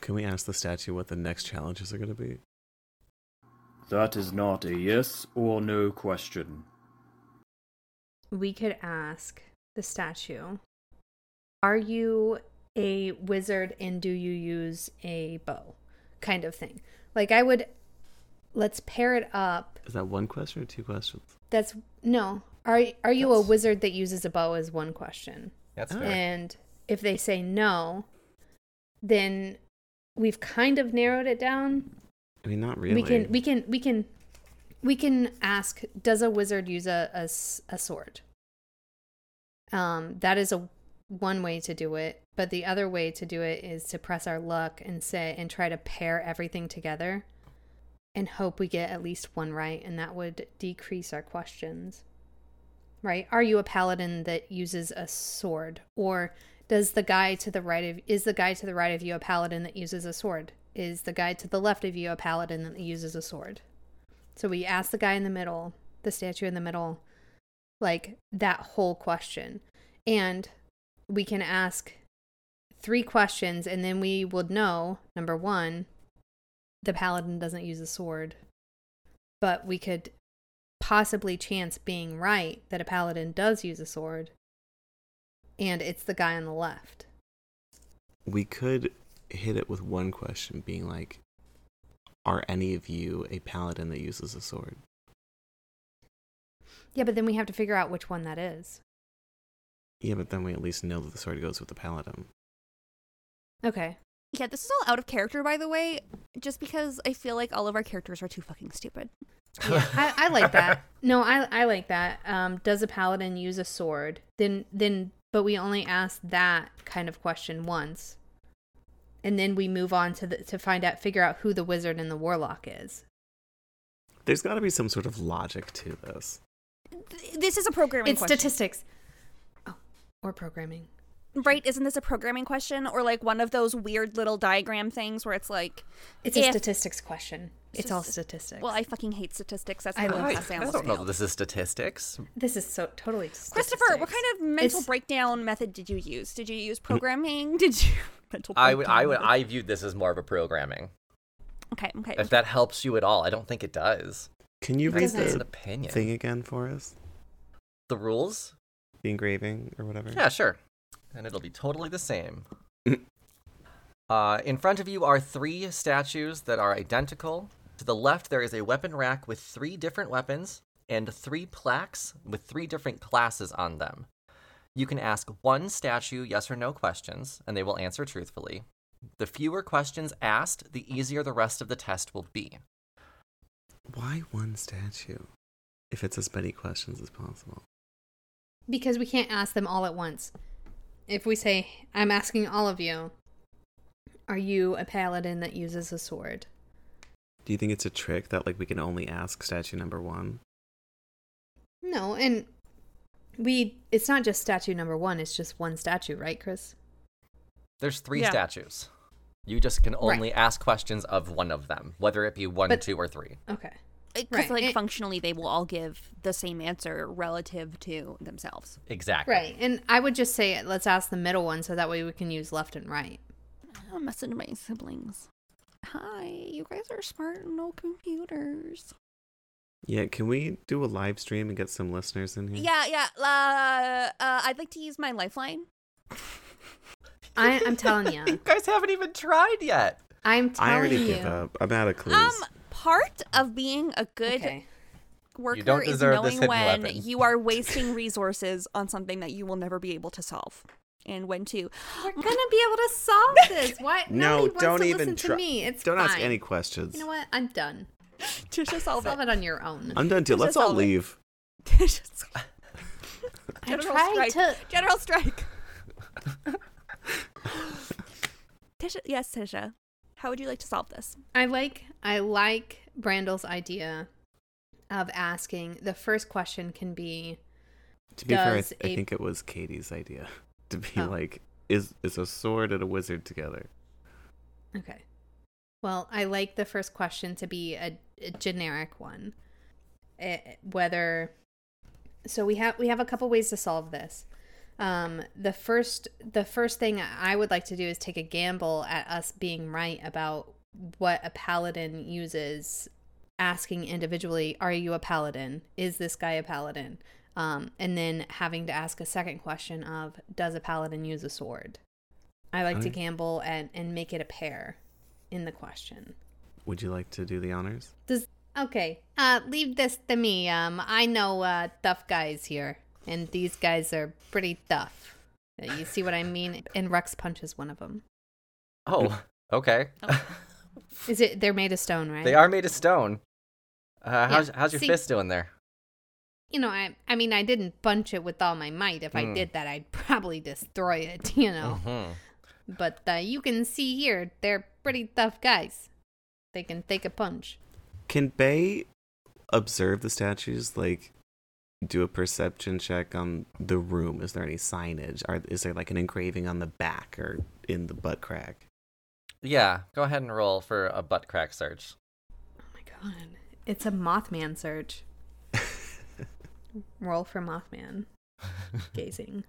Speaker 5: Can we ask the statue what the next challenges are gonna be?
Speaker 7: That is not a yes or no question.
Speaker 2: We could ask the statue Are you a wizard and do you use a bow? Kind of thing. Like, I would. Let's pair it up.
Speaker 5: Is that one question or two questions?
Speaker 2: That's. No. Are, are you a
Speaker 5: That's-
Speaker 2: wizard that uses a bow? Is one question.
Speaker 1: That's fair.
Speaker 2: And if they say no, then we've kind of narrowed it down.
Speaker 5: I mean, not really.
Speaker 2: We can we can we can we can ask does a wizard use a a s- a sword? Um that is a one way to do it, but the other way to do it is to press our luck and say and try to pair everything together and hope we get at least one right and that would decrease our questions. Right? Are you a paladin that uses a sword or does the guy to the right of is the guy to the right of you a paladin that uses a sword? Is the guy to the left of you a paladin that uses a sword? So we ask the guy in the middle, the statue in the middle, like that whole question. And we can ask three questions and then we would know number 1 the paladin doesn't use a sword. But we could possibly chance being right that a paladin does use a sword and it's the guy on the left.
Speaker 5: we could hit it with one question being like are any of you a paladin that uses a sword
Speaker 2: Yeah, but then we have to figure out which one that is.
Speaker 5: yeah but then we at least know that the sword goes with the paladin
Speaker 2: Okay.
Speaker 4: Yeah, this is all out of character, by the way, just because I feel like all of our characters are too fucking stupid.
Speaker 2: Yeah, I, I like that. No, I I like that. Um, does a paladin use a sword? Then then, but we only ask that kind of question once, and then we move on to the, to find out figure out who the wizard and the warlock is.
Speaker 5: there's got to be some sort of logic to this
Speaker 4: Th- This is a programming
Speaker 2: it's
Speaker 4: question.
Speaker 2: statistics. Oh, or programming.
Speaker 4: Right? Isn't this a programming question or like one of those weird little diagram things where it's like,
Speaker 2: It's a
Speaker 4: If-
Speaker 2: statistics question. It's all
Speaker 4: Statis-
Speaker 2: statistics.
Speaker 4: well, I fucking hate statistics. That's
Speaker 2: I
Speaker 1: [laughs]
Speaker 4: how
Speaker 2: love
Speaker 4: I,
Speaker 2: it.
Speaker 4: I, I
Speaker 1: I
Speaker 4: almost
Speaker 1: don't know
Speaker 4: failed.
Speaker 1: that this is statistics.
Speaker 2: this is so totally.
Speaker 4: Christopher, what
Speaker 2: statistics.
Speaker 4: kind of mental
Speaker 2: It's-
Speaker 4: breakdown method did you use? Did you use programming? [laughs] did you mental
Speaker 1: Mm. I would, I would,
Speaker 4: breakdown
Speaker 1: I viewed this as more of a programming.
Speaker 4: method? Okay, okay.
Speaker 1: If that helps you at all, I don't think it does.
Speaker 5: can you
Speaker 2: It
Speaker 5: read
Speaker 1: That's
Speaker 2: doesn't.
Speaker 1: just an
Speaker 5: the
Speaker 1: opinion.
Speaker 5: thing again for us
Speaker 1: The rules?
Speaker 5: the engraving or whatever
Speaker 1: Yeah, sure. And it'll be totally the same.
Speaker 5: Mm.
Speaker 1: Uh, in front of you are three statues that are identical. To the left, there is a weapon rack with three different weapons and three plaques with three different classes on them. You can ask one statue yes or no questions, and they will answer truthfully. The fewer questions asked, the easier the rest of the test will be.
Speaker 5: why one statue if it's as many questions as possible
Speaker 2: Because we can't ask them all at once. If we say, I'm asking all of you, are you a paladin that uses a sword?
Speaker 5: do you think it's a trick that like we can only ask statue number one
Speaker 2: No, and we, it's not just statue number one, it's just one statue, right, Chris?
Speaker 1: There's three
Speaker 4: Yeah.
Speaker 1: statues. You just can
Speaker 2: Right.
Speaker 1: only ask questions of one of them, whether it be one,
Speaker 2: But-
Speaker 1: two, or three.
Speaker 2: Okay.
Speaker 4: Because
Speaker 2: Right.
Speaker 4: like
Speaker 2: It-
Speaker 4: functionally, they will all give the same answer relative to themselves.
Speaker 1: Exactly.
Speaker 2: Right. And I would just say, let's ask the middle one so that way we can use left and right.
Speaker 4: I'll message my siblings. Hi, you guys are smart and no computers.
Speaker 5: yeah can we do a live stream and get some listeners
Speaker 1: Mm.
Speaker 5: in here
Speaker 4: Yeah, yeah. Uh, uh, I'd like to use my lifeline.
Speaker 2: I, I'm telling you. [laughs]
Speaker 1: [laughs] You guys haven't even tried yet.
Speaker 2: I'm telling
Speaker 5: I already
Speaker 2: you.
Speaker 5: give up. I'm out of clues.
Speaker 4: Um, part of being a good
Speaker 2: Okay.
Speaker 4: worker
Speaker 1: don't
Speaker 4: is
Speaker 1: deserve this
Speaker 4: knowing
Speaker 1: hidden
Speaker 4: when
Speaker 1: weapon.
Speaker 4: you are wasting resources on something that you will never be able to solve, and when [gasps] to.
Speaker 2: We're going to be able to
Speaker 4: [laughs]
Speaker 2: solve this. What? Nobody
Speaker 5: no,
Speaker 2: wants
Speaker 5: don't
Speaker 2: to
Speaker 5: even
Speaker 2: listen
Speaker 5: try.
Speaker 2: to me. It's
Speaker 5: don't ask
Speaker 2: fine.
Speaker 5: any questions.
Speaker 2: You know what? I'm done.
Speaker 4: Tisha solve
Speaker 2: Solve
Speaker 4: it.
Speaker 2: it on your own.
Speaker 5: I'm done too.
Speaker 4: Just
Speaker 5: Let's all
Speaker 4: solve it.
Speaker 5: leave.
Speaker 4: [laughs] Tisha solve it.
Speaker 2: I
Speaker 4: General
Speaker 2: tried
Speaker 4: Strike.
Speaker 2: to.
Speaker 4: General [laughs] Strike. Tisha, yes, Tisha. How would you like to solve this?
Speaker 2: I like I like Brandel's idea of asking. The first question can be
Speaker 5: To be fair, I,
Speaker 2: Does
Speaker 5: th- I
Speaker 2: a-
Speaker 5: think it was Katie's idea [laughs] to be
Speaker 2: Oh.
Speaker 5: like, "Is is a sword and a wizard together?"
Speaker 2: okay. Well, I like the first question to be a, a generic one. Eh, whether so we have we have a couple ways to solve this. Um, the first the first thing I would like to do is take a gamble at us being right about what a paladin uses asking individually are you a paladin is this guy a paladin um, and then having to ask a second question of does a paladin use a sword i like to
Speaker 5: Alright.
Speaker 2: gamble and, and make it a pair in the question
Speaker 5: Would you like to do the honors?
Speaker 2: does okay uh leave this to me um i know uh tough guys here and these guys are pretty tough Uh, you see what i mean and rex punches one of them
Speaker 1: Oh, okay.
Speaker 2: is it they're made of stone right
Speaker 1: they are made of stone. Uh, how's how's your
Speaker 2: see-
Speaker 1: fist doing there?
Speaker 2: you know, I I mean, I didn't punch it with all my might. If I
Speaker 1: Mm.
Speaker 2: did that, I'd [laughs] probably destroy it, you know.
Speaker 1: Mm-hmm.
Speaker 2: But uh, you can see here, they're pretty tough guys. They can take a punch.
Speaker 5: Can Bay observe the statues? Like, do a perception check on the room? Is there any signage? Are, is there like an engraving on the back or in the butt crack?
Speaker 1: Yeah, go ahead and roll for a butt crack search.
Speaker 2: Oh my god, it's a Mothman
Speaker 1: [laughs]
Speaker 2: surge. Roll for
Speaker 1: [laughs]
Speaker 2: Mothman gazing.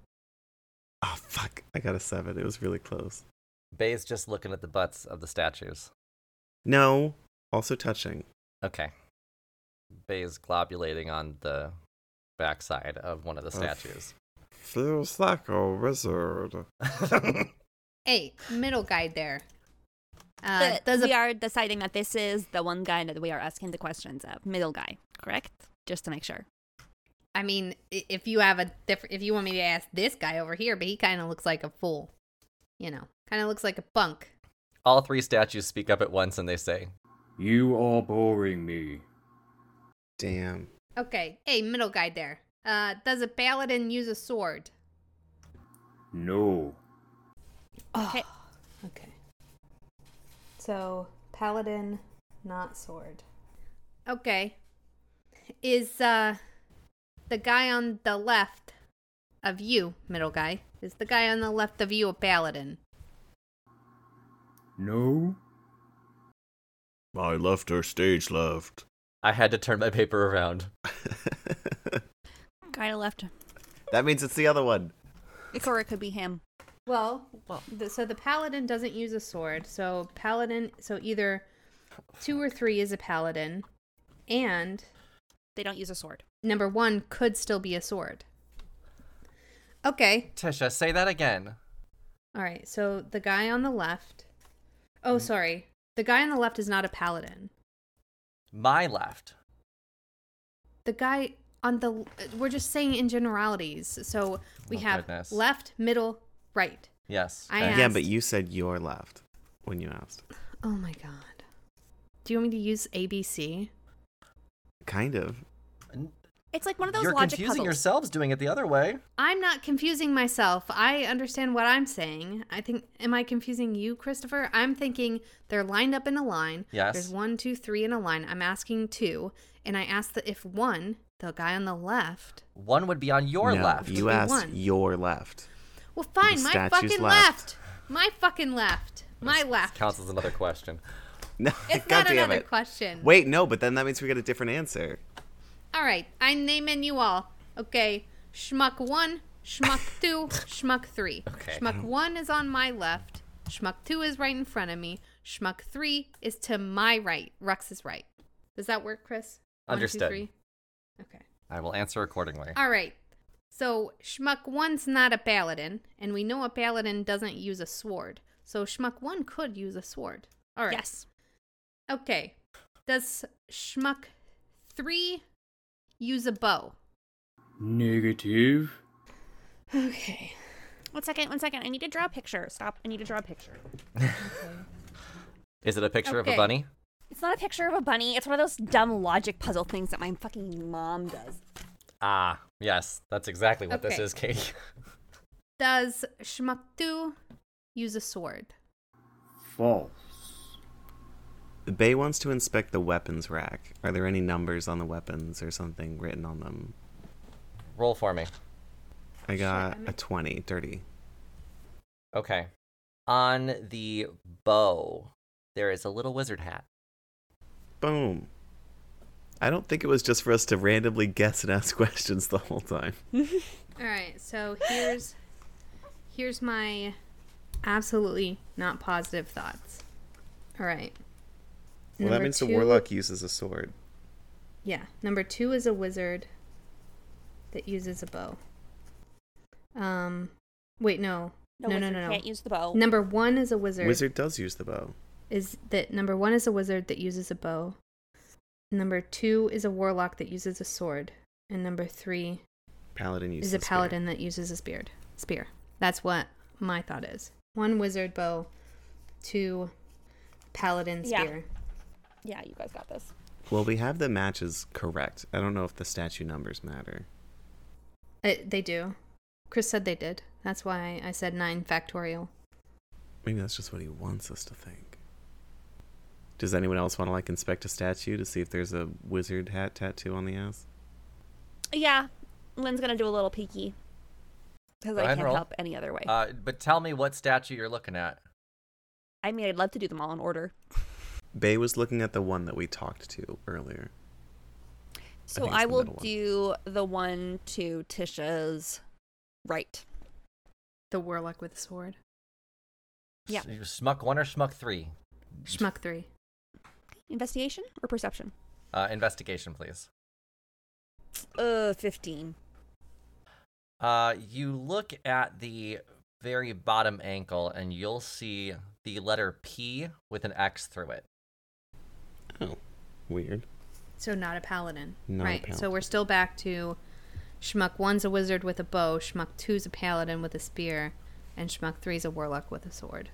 Speaker 5: Oh fuck! I got a seven. It was really close.
Speaker 1: Bay's just looking at the butts of the statues.
Speaker 5: No. Also touching.
Speaker 1: Okay. Bay is globulating on the backside of one of the statues.
Speaker 6: Feels like a wizard.
Speaker 2: Hey, middle guy there. Uh,
Speaker 4: The-
Speaker 2: does
Speaker 4: we
Speaker 2: a,
Speaker 4: are deciding that this is the one guy that we are asking the questions of, middle guy, correct? Just to make sure.
Speaker 2: I mean, i- if you have a different, if you want me to ask this guy over here, but he kind of looks like a fool, you know, kind of looks like a punk.
Speaker 1: [laughs] All three statues speak up at once and they say,
Speaker 7: You are boring me.
Speaker 5: Damn.
Speaker 2: Okay. Hey, middle guy there. Uh, does a paladin use a sword?
Speaker 7: No.
Speaker 2: Oh.
Speaker 4: Okay.
Speaker 2: Okay. So, paladin, not sword. Okay. Is, uh, the guy on the left of you, middle guy, is the guy on the left of you a paladin?
Speaker 7: No?
Speaker 6: My left or stage left.
Speaker 1: I had to turn my paper around.
Speaker 4: Guy to left.
Speaker 5: [laughs] that means it's the other one.
Speaker 4: Or it could be him.
Speaker 2: Well, th- so the paladin doesn't use a sword. So, paladin, so either two or three is a paladin, and
Speaker 4: They don't use a sword.
Speaker 2: number one could still be a sword. Okay.
Speaker 1: Tisha, say that again.
Speaker 2: All right. So the guy on the left.
Speaker 1: Mm-hmm.
Speaker 2: Oh, sorry. The guy on the left is not a paladin.
Speaker 1: My left.
Speaker 2: The guy on the. We're just saying in generalities. So we
Speaker 1: Oh,
Speaker 2: have
Speaker 1: goodness.
Speaker 2: left, middle, right.
Speaker 1: Yes.
Speaker 2: I
Speaker 1: thanks.
Speaker 5: Yeah,
Speaker 2: asked-
Speaker 5: but you said your left when you asked.
Speaker 2: Oh my God. Do you want me to use ABC?
Speaker 5: Kind of.
Speaker 4: It's like one of those
Speaker 1: You're
Speaker 4: logic
Speaker 1: confusing
Speaker 4: puzzles.
Speaker 1: yourselves doing it the other way.
Speaker 2: I'm not confusing myself. I understand what I'm saying. I think. Am I confusing you, Christopher? I'm thinking they're lined up in a line.
Speaker 1: Yes.
Speaker 2: There's one, two, three in a line. I'm asking two, and I asked that if one, the guy on the left.
Speaker 1: One would be on your
Speaker 5: No,
Speaker 1: left.
Speaker 5: You
Speaker 2: We
Speaker 5: asked
Speaker 2: won.
Speaker 5: your left. [laughs]
Speaker 2: Well, fine.
Speaker 5: The
Speaker 2: My
Speaker 5: statue's
Speaker 2: fucking left.
Speaker 5: left.
Speaker 2: My fucking left. My left.
Speaker 1: Counts as another question.
Speaker 5: No,
Speaker 2: It's
Speaker 5: God
Speaker 2: not
Speaker 5: damn
Speaker 2: another
Speaker 5: it.
Speaker 2: question.
Speaker 5: Wait, no, but then that means we get a different answer.
Speaker 2: All right. I'm naming you all. Okay. Schmuck one, schmuck
Speaker 1: [laughs]
Speaker 2: two, schmuck three.
Speaker 1: Okay.
Speaker 2: Schmuck one is on my left. Schmuck two is right in front of me. Schmuck three is to my right. Rux is right. Does that work, Chris? One, two,
Speaker 1: Understood.
Speaker 2: three? Okay.
Speaker 1: I will answer accordingly.
Speaker 2: All right. So Schmuck One's not a paladin, and we know a paladin doesn't use a sword. So Schmuck One could use a sword. All right.
Speaker 4: Yes.
Speaker 2: Okay. Does Schmuck Three use a bow?
Speaker 7: Negative?
Speaker 2: Okay.
Speaker 4: One second, one second. I need to draw a picture. Stop. I need to draw a picture.
Speaker 1: Is it a picture of
Speaker 2: Okay.
Speaker 1: a bunny?
Speaker 4: It's not a picture of a bunny. It's one of those dumb logic puzzle things that my fucking mom does.
Speaker 1: Ah, yes. That's exactly what this
Speaker 2: Okay.
Speaker 1: is, Katie. [laughs]
Speaker 2: Does Schmuck Two use a sword?
Speaker 7: False.
Speaker 5: Bay wants to inspect the weapons rack. Are there any numbers on the weapons or something written on them?
Speaker 1: Roll for me.
Speaker 5: I got
Speaker 2: I'm-
Speaker 5: a 20, dirty.
Speaker 1: Okay. On the bow, there is a little wizard hat.
Speaker 5: Boom. I don't think it was just for us to randomly guess and ask [laughs] questions the whole time.
Speaker 2: All right, so here's here's my absolutely not positive thoughts. All right.
Speaker 5: Well, that
Speaker 2: Number
Speaker 5: means
Speaker 2: two-
Speaker 5: the warlock uses a sword.
Speaker 2: Yeah, number two is a wizard that uses a bow. Um, wait, no,
Speaker 4: No,
Speaker 2: no, no,
Speaker 4: wizard
Speaker 2: no, no.
Speaker 4: can't use the bow.
Speaker 2: Number one is a wizard.
Speaker 5: Wizard does use the bow.
Speaker 2: is that number one is a wizard that uses a bow. Number two is a warlock that uses a sword, and number three
Speaker 5: Paladin uses
Speaker 2: is a
Speaker 5: spear.
Speaker 2: paladin that uses a spear. Spear. That's what my thought is. One wizard bow, two paladin
Speaker 4: Yeah.
Speaker 2: spear.
Speaker 4: Yeah, you guys got this.
Speaker 5: Well, we have the matches correct. I don't know if the statue numbers matter.
Speaker 2: Uh, they do. Chris said they did. That's why I said nine factorial.
Speaker 5: Maybe that's just what he wants us to think. Does anyone else want to like inspect a statue to see if there's a wizard hat tattoo on the ass?
Speaker 4: Yeah, Lynn's gonna do a little peeky because
Speaker 1: Go
Speaker 4: I
Speaker 1: ahead and
Speaker 4: can't
Speaker 1: roll.
Speaker 4: help any other way.
Speaker 1: Uh, but tell me what statue you're looking at.
Speaker 4: I mean, I'd love to do them all in order.
Speaker 5: Bay was looking at the one that we talked to earlier.
Speaker 4: So
Speaker 5: think it's
Speaker 4: I
Speaker 5: the
Speaker 4: will
Speaker 5: middle one.
Speaker 4: do the one to Tisha's right.
Speaker 2: The warlock with a sword.
Speaker 4: Yeah.
Speaker 1: S- you Schmuck one or schmuck three?
Speaker 2: Schmuck three.
Speaker 4: Investigation or perception?
Speaker 1: Uh, investigation, please.
Speaker 4: Uh, fifteen.
Speaker 1: Uh, you look at the very bottom ankle, and you'll see the letter P with an X through it.
Speaker 5: Oh, weird.
Speaker 2: So not a paladin.
Speaker 5: Not a
Speaker 2: right. So
Speaker 5: paladin.
Speaker 2: we're still back to Schmuck one's a wizard with a bow, Schmuck two's a paladin with a spear, and Schmuck three's a warlock with a sword.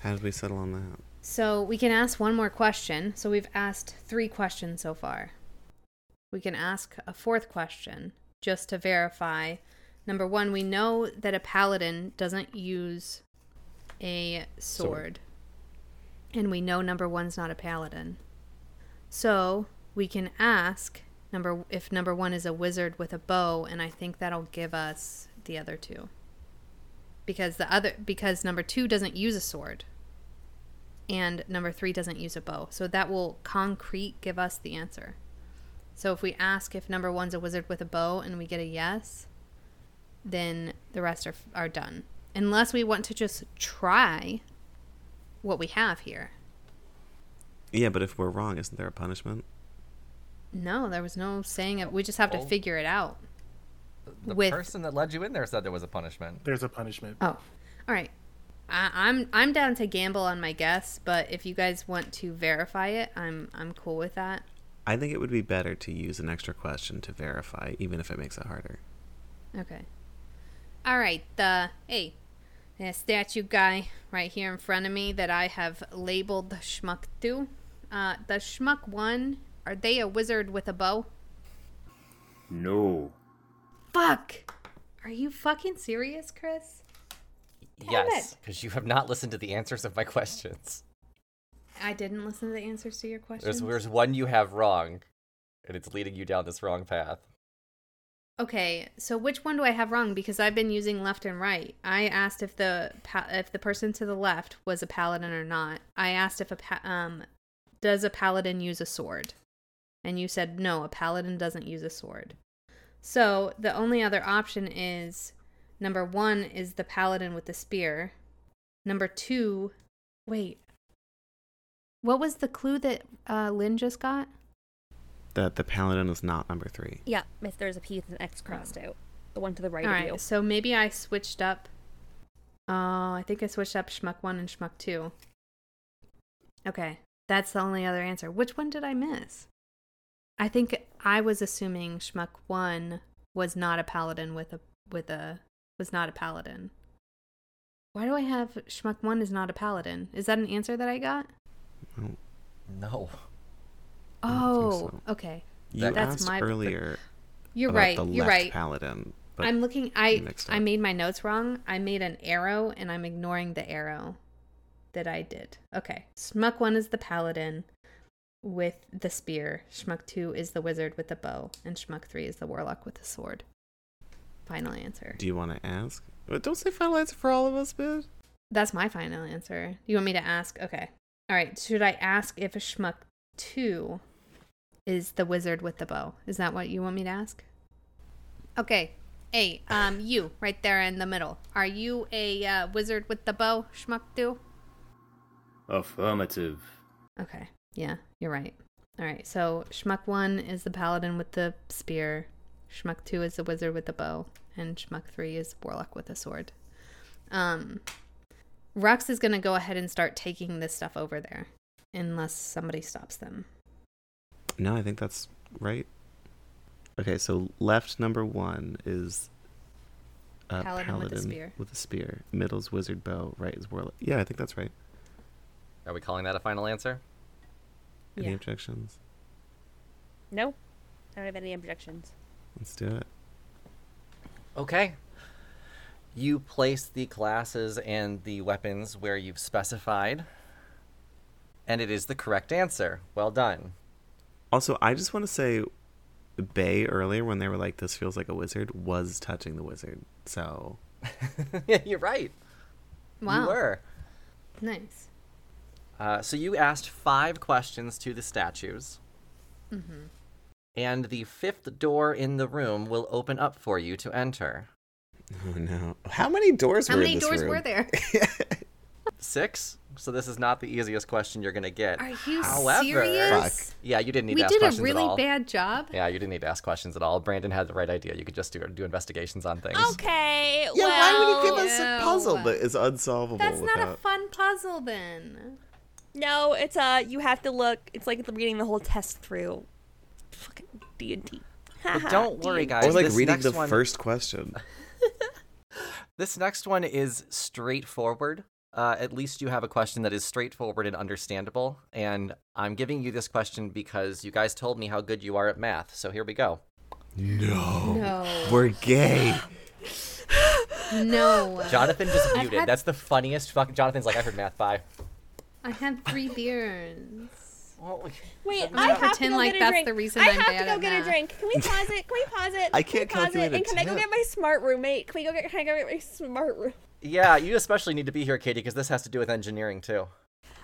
Speaker 5: How did we settle on that?
Speaker 2: So we can ask one more question. So we've asked three questions so far. We can ask a fourth question just to verify. Number one, we know that a paladin doesn't use a
Speaker 5: Sword.
Speaker 2: sword. And we know number one's not a paladin. So we can ask number if number one is a wizard with a bow, and I think that'll give us the other two. Because the other because number two doesn't use a sword and number three doesn't use a bow. So that will concrete give us the answer. So if we ask if number one's a wizard with a bow and we get a yes, then the rest are, are done. Unless we want to just try what we have here.
Speaker 5: Yeah, but if we're wrong, isn't there a punishment?
Speaker 2: No, there was no saying it. We just have to
Speaker 1: Oh.
Speaker 2: figure it out.
Speaker 1: The
Speaker 2: With-
Speaker 1: person that led you in there said there was a punishment.
Speaker 3: There's a punishment.
Speaker 2: Oh, all right. I, I'm I'm down to gamble on my guess, but if you guys want to verify it, I'm I'm cool with that.
Speaker 5: I think it would be better to use an extra question to verify, even if it makes it harder.
Speaker 2: Okay. All right. The hey, the statue guy right here in front of me that I have labeled the schmuck two. Uh, the schmuck one. Are they a wizard with a bow?
Speaker 7: No.
Speaker 2: Fuck. Are you fucking serious, Chris?
Speaker 1: yes, because you have not listened to the answers of my [laughs] questions.
Speaker 2: I didn't listen to the answers to your questions.
Speaker 1: There's, there's one you have wrong, and it's leading you down this wrong path.
Speaker 2: Okay, so which one do I have wrong? Because I've been using left and right. I asked if the pa- if the person to the left was a paladin or not. I asked if a pa- um does a paladin use a sword, and you said no, a paladin doesn't use a sword. So the only other option is number one is the paladin with the spear. Number two, wait, what was the clue that uh, Lynn just got?
Speaker 5: That the paladin is not number three.
Speaker 4: Yeah, if there's a P with an X crossed out, the one to the right
Speaker 2: All
Speaker 4: of
Speaker 2: right,
Speaker 4: you.
Speaker 2: so maybe I switched up. Oh, I think I switched up Schmuck 1 and Schmuck 2. Okay, that's the only other answer. Which one did I miss? I think I was assuming Schmuck 1 was not a paladin with a with a was not a paladin. Why do I have Schmuck 1 is not a paladin? Is that an answer that I got?
Speaker 5: Well,
Speaker 1: No.
Speaker 5: I don't
Speaker 2: Oh,
Speaker 5: think so.
Speaker 2: okay.
Speaker 5: you
Speaker 2: That- that's
Speaker 5: asked
Speaker 2: my-
Speaker 5: earlier
Speaker 2: You're
Speaker 5: about
Speaker 2: right.
Speaker 5: the
Speaker 2: You're
Speaker 5: left
Speaker 2: right.
Speaker 5: paladin. But
Speaker 2: I'm looking. I
Speaker 5: mixed
Speaker 2: I
Speaker 5: up.
Speaker 2: made my notes wrong. I made an arrow, and I'm ignoring the arrow that I did. Okay, Schmuck one is the paladin with the spear. Schmuck two is the wizard with the bow, and Schmuck three is the warlock with the sword. Final answer.
Speaker 5: Do you want to ask? But don't say final answer for all of us, man.
Speaker 2: That's my final answer. You want me to ask? Okay. All right. Should I ask if a schmuck two is the wizard with the bow? Is that what you want me to ask? Okay. Hey, um, you right there in the middle. Are you a uh, wizard with the bow, schmuck two?
Speaker 7: Affirmative.
Speaker 2: Okay. Yeah, you're right. All right. So schmuck one is the paladin with the spear. Schmuck two is the wizard with the bow, and schmuck three is warlock with a sword. Um, Rux is gonna go ahead and start taking this stuff over there, unless somebody stops them.
Speaker 5: No, I think that's right. Okay, so left number one is uh,
Speaker 2: Paladin with a spear.
Speaker 5: with a spear. Middle's wizard bow. Right is warlock. Yeah, I think that's right.
Speaker 1: Are we calling that a final answer?
Speaker 5: Any
Speaker 2: Yeah.
Speaker 5: objections?
Speaker 4: No, I don't have any objections.
Speaker 5: Let's do it.
Speaker 1: Okay. You place the classes and the weapons where you've specified, and it is the correct answer. Well done.
Speaker 5: Also, I just want to say, Bay earlier when they were like, "This feels like a wizard," was touching the wizard. So [laughs]
Speaker 1: Yeah, [laughs] You're right.
Speaker 2: Wow.
Speaker 1: You were.
Speaker 2: Nice.
Speaker 1: Uh, so you asked five questions to the statues.
Speaker 2: Mm-hmm.
Speaker 1: And the fifth door in the room will open up for you to enter.
Speaker 5: Oh no! How many doors
Speaker 2: How
Speaker 5: were
Speaker 2: many
Speaker 5: in this
Speaker 2: doors
Speaker 5: room?
Speaker 2: were
Speaker 1: [laughs]
Speaker 2: there?
Speaker 5: [laughs]
Speaker 1: Six. So this is not the easiest question you're gonna get.
Speaker 2: Are you
Speaker 1: However-
Speaker 2: serious?
Speaker 1: Yeah, you didn't need
Speaker 2: We
Speaker 1: to ask
Speaker 2: did a
Speaker 1: questions at
Speaker 2: really
Speaker 1: all.
Speaker 2: bad job.
Speaker 1: Yeah, you didn't need to ask questions at all. Brandon had the right idea. You could just do do investigations on things.
Speaker 4: Okay.
Speaker 5: Yeah, why
Speaker 4: well,
Speaker 5: would you give us a
Speaker 2: Well,
Speaker 5: puzzle
Speaker 2: no.
Speaker 5: that is unsolvable?
Speaker 2: That's
Speaker 5: without...
Speaker 2: not a fun puzzle then.
Speaker 4: No, it's uh, you have to look. It's like reading the whole test through. Fucking D and D.
Speaker 1: But don't worry, guys.
Speaker 5: Or like
Speaker 1: this
Speaker 5: reading
Speaker 1: next
Speaker 5: the
Speaker 1: one,
Speaker 5: first question.
Speaker 1: This next one is straightforward. Uh, at least you have a question that is straightforward and understandable. And I'm giving you this question because you guys told me how good you are at math. So here we go.
Speaker 5: No,
Speaker 2: No.
Speaker 5: we're
Speaker 2: [laughs]
Speaker 5: gay.
Speaker 2: No.
Speaker 1: Jonathan
Speaker 4: [laughs]
Speaker 1: just
Speaker 2: I've
Speaker 1: muted.
Speaker 2: had-
Speaker 1: That's the funniest fuck. Jonathan's like, I heard math. Bye.
Speaker 2: I had three beers.
Speaker 4: [laughs] Wait,
Speaker 2: I have to pretend go like get a that's drink. the reason I I'm have to bad go at get a math. drink.
Speaker 4: Can we pause it? Can we pause it?
Speaker 5: I Can we can't pause it? calculate a And can I go tip. get
Speaker 4: my smart roommate? Can we go get? Can I go get my smart room?
Speaker 1: Yeah, you especially need to be here, Katie, because this has to do with engineering too.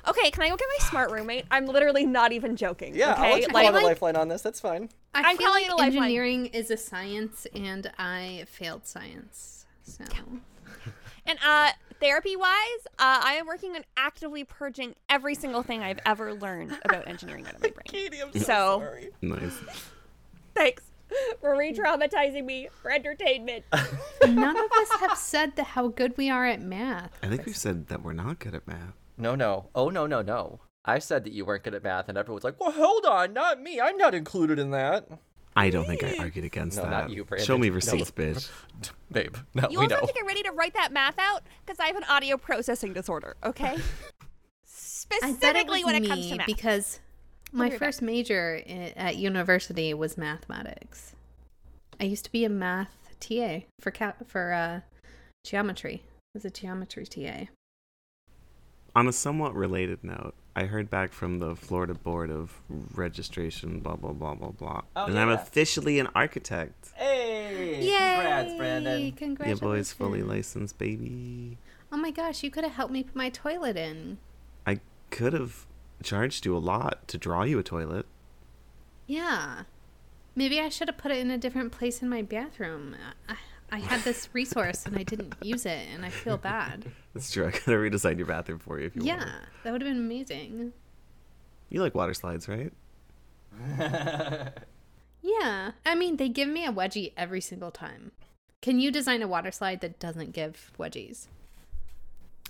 Speaker 4: Okay, can I go get my smart roommate? I'm literally not even joking.
Speaker 1: Yeah, I'll let
Speaker 4: okay,
Speaker 1: you
Speaker 4: like,
Speaker 1: call it a lifeline on this. That's fine.
Speaker 2: I
Speaker 4: I'm
Speaker 2: feel
Speaker 4: calling
Speaker 2: like
Speaker 4: it a lifeline.
Speaker 2: engineering is a science, and I failed science. So
Speaker 4: and uh, therapy wise, uh, I am working on actively purging every single thing I've ever learned about engineering out of my
Speaker 1: [laughs]
Speaker 4: brain.
Speaker 1: Katie, I'm
Speaker 4: so So- sorry.
Speaker 5: Nice.
Speaker 4: Thanks for re-traumatizing me
Speaker 1: [laughs]
Speaker 4: for entertainment.
Speaker 2: none of us have said that how good we are at math.
Speaker 5: I think we've said that we're not good at math.
Speaker 1: No, no. Oh, no, no, no. I said that you weren't good at math, and everyone's like, well, hold on, not me. I'm not included in that. [laughs]
Speaker 5: I don't think I argued against
Speaker 1: No,
Speaker 5: that.
Speaker 1: not you, Brandon.
Speaker 5: Show me
Speaker 1: No.
Speaker 5: receipts, bitch.
Speaker 1: Babe, no,
Speaker 4: You
Speaker 1: we
Speaker 4: also
Speaker 1: know.
Speaker 4: have to get ready to write that math out because I have an audio processing disorder.
Speaker 1: [laughs]
Speaker 4: Okay.
Speaker 2: I bet it was
Speaker 4: Specifically when it comes
Speaker 2: me
Speaker 4: to math.
Speaker 2: because
Speaker 4: We'll
Speaker 2: my
Speaker 4: be right
Speaker 2: first major i- at university was mathematics. I used to be a math TA for ca- for uh, geometry. I was a geometry TA.
Speaker 5: On a somewhat related note, I heard back from the Florida Board of Registration, blah blah blah blah blah,
Speaker 1: Oh,
Speaker 5: and
Speaker 1: yeah,
Speaker 5: I'm
Speaker 1: yeah.
Speaker 5: officially an architect.
Speaker 1: Hey!
Speaker 2: Yay!
Speaker 5: Yeah,
Speaker 2: Congratulations!
Speaker 5: boys, fully licensed, baby.
Speaker 2: Oh my gosh, you could have helped me put my toilet in.
Speaker 5: I could have charged you a lot to draw you a toilet.
Speaker 2: Yeah. Maybe I should have put it in a different place in my bathroom. I, I had this resource and I didn't use it, and I feel bad.
Speaker 5: That's true. [laughs] I could have redesigned your bathroom for you if you
Speaker 2: Yeah,
Speaker 5: wanted.
Speaker 2: that would have been amazing.
Speaker 5: You like water slides, right?
Speaker 1: [laughs]
Speaker 2: Yeah. I mean, they give me a wedgie every single time. Can you design a water slide that doesn't give wedgies?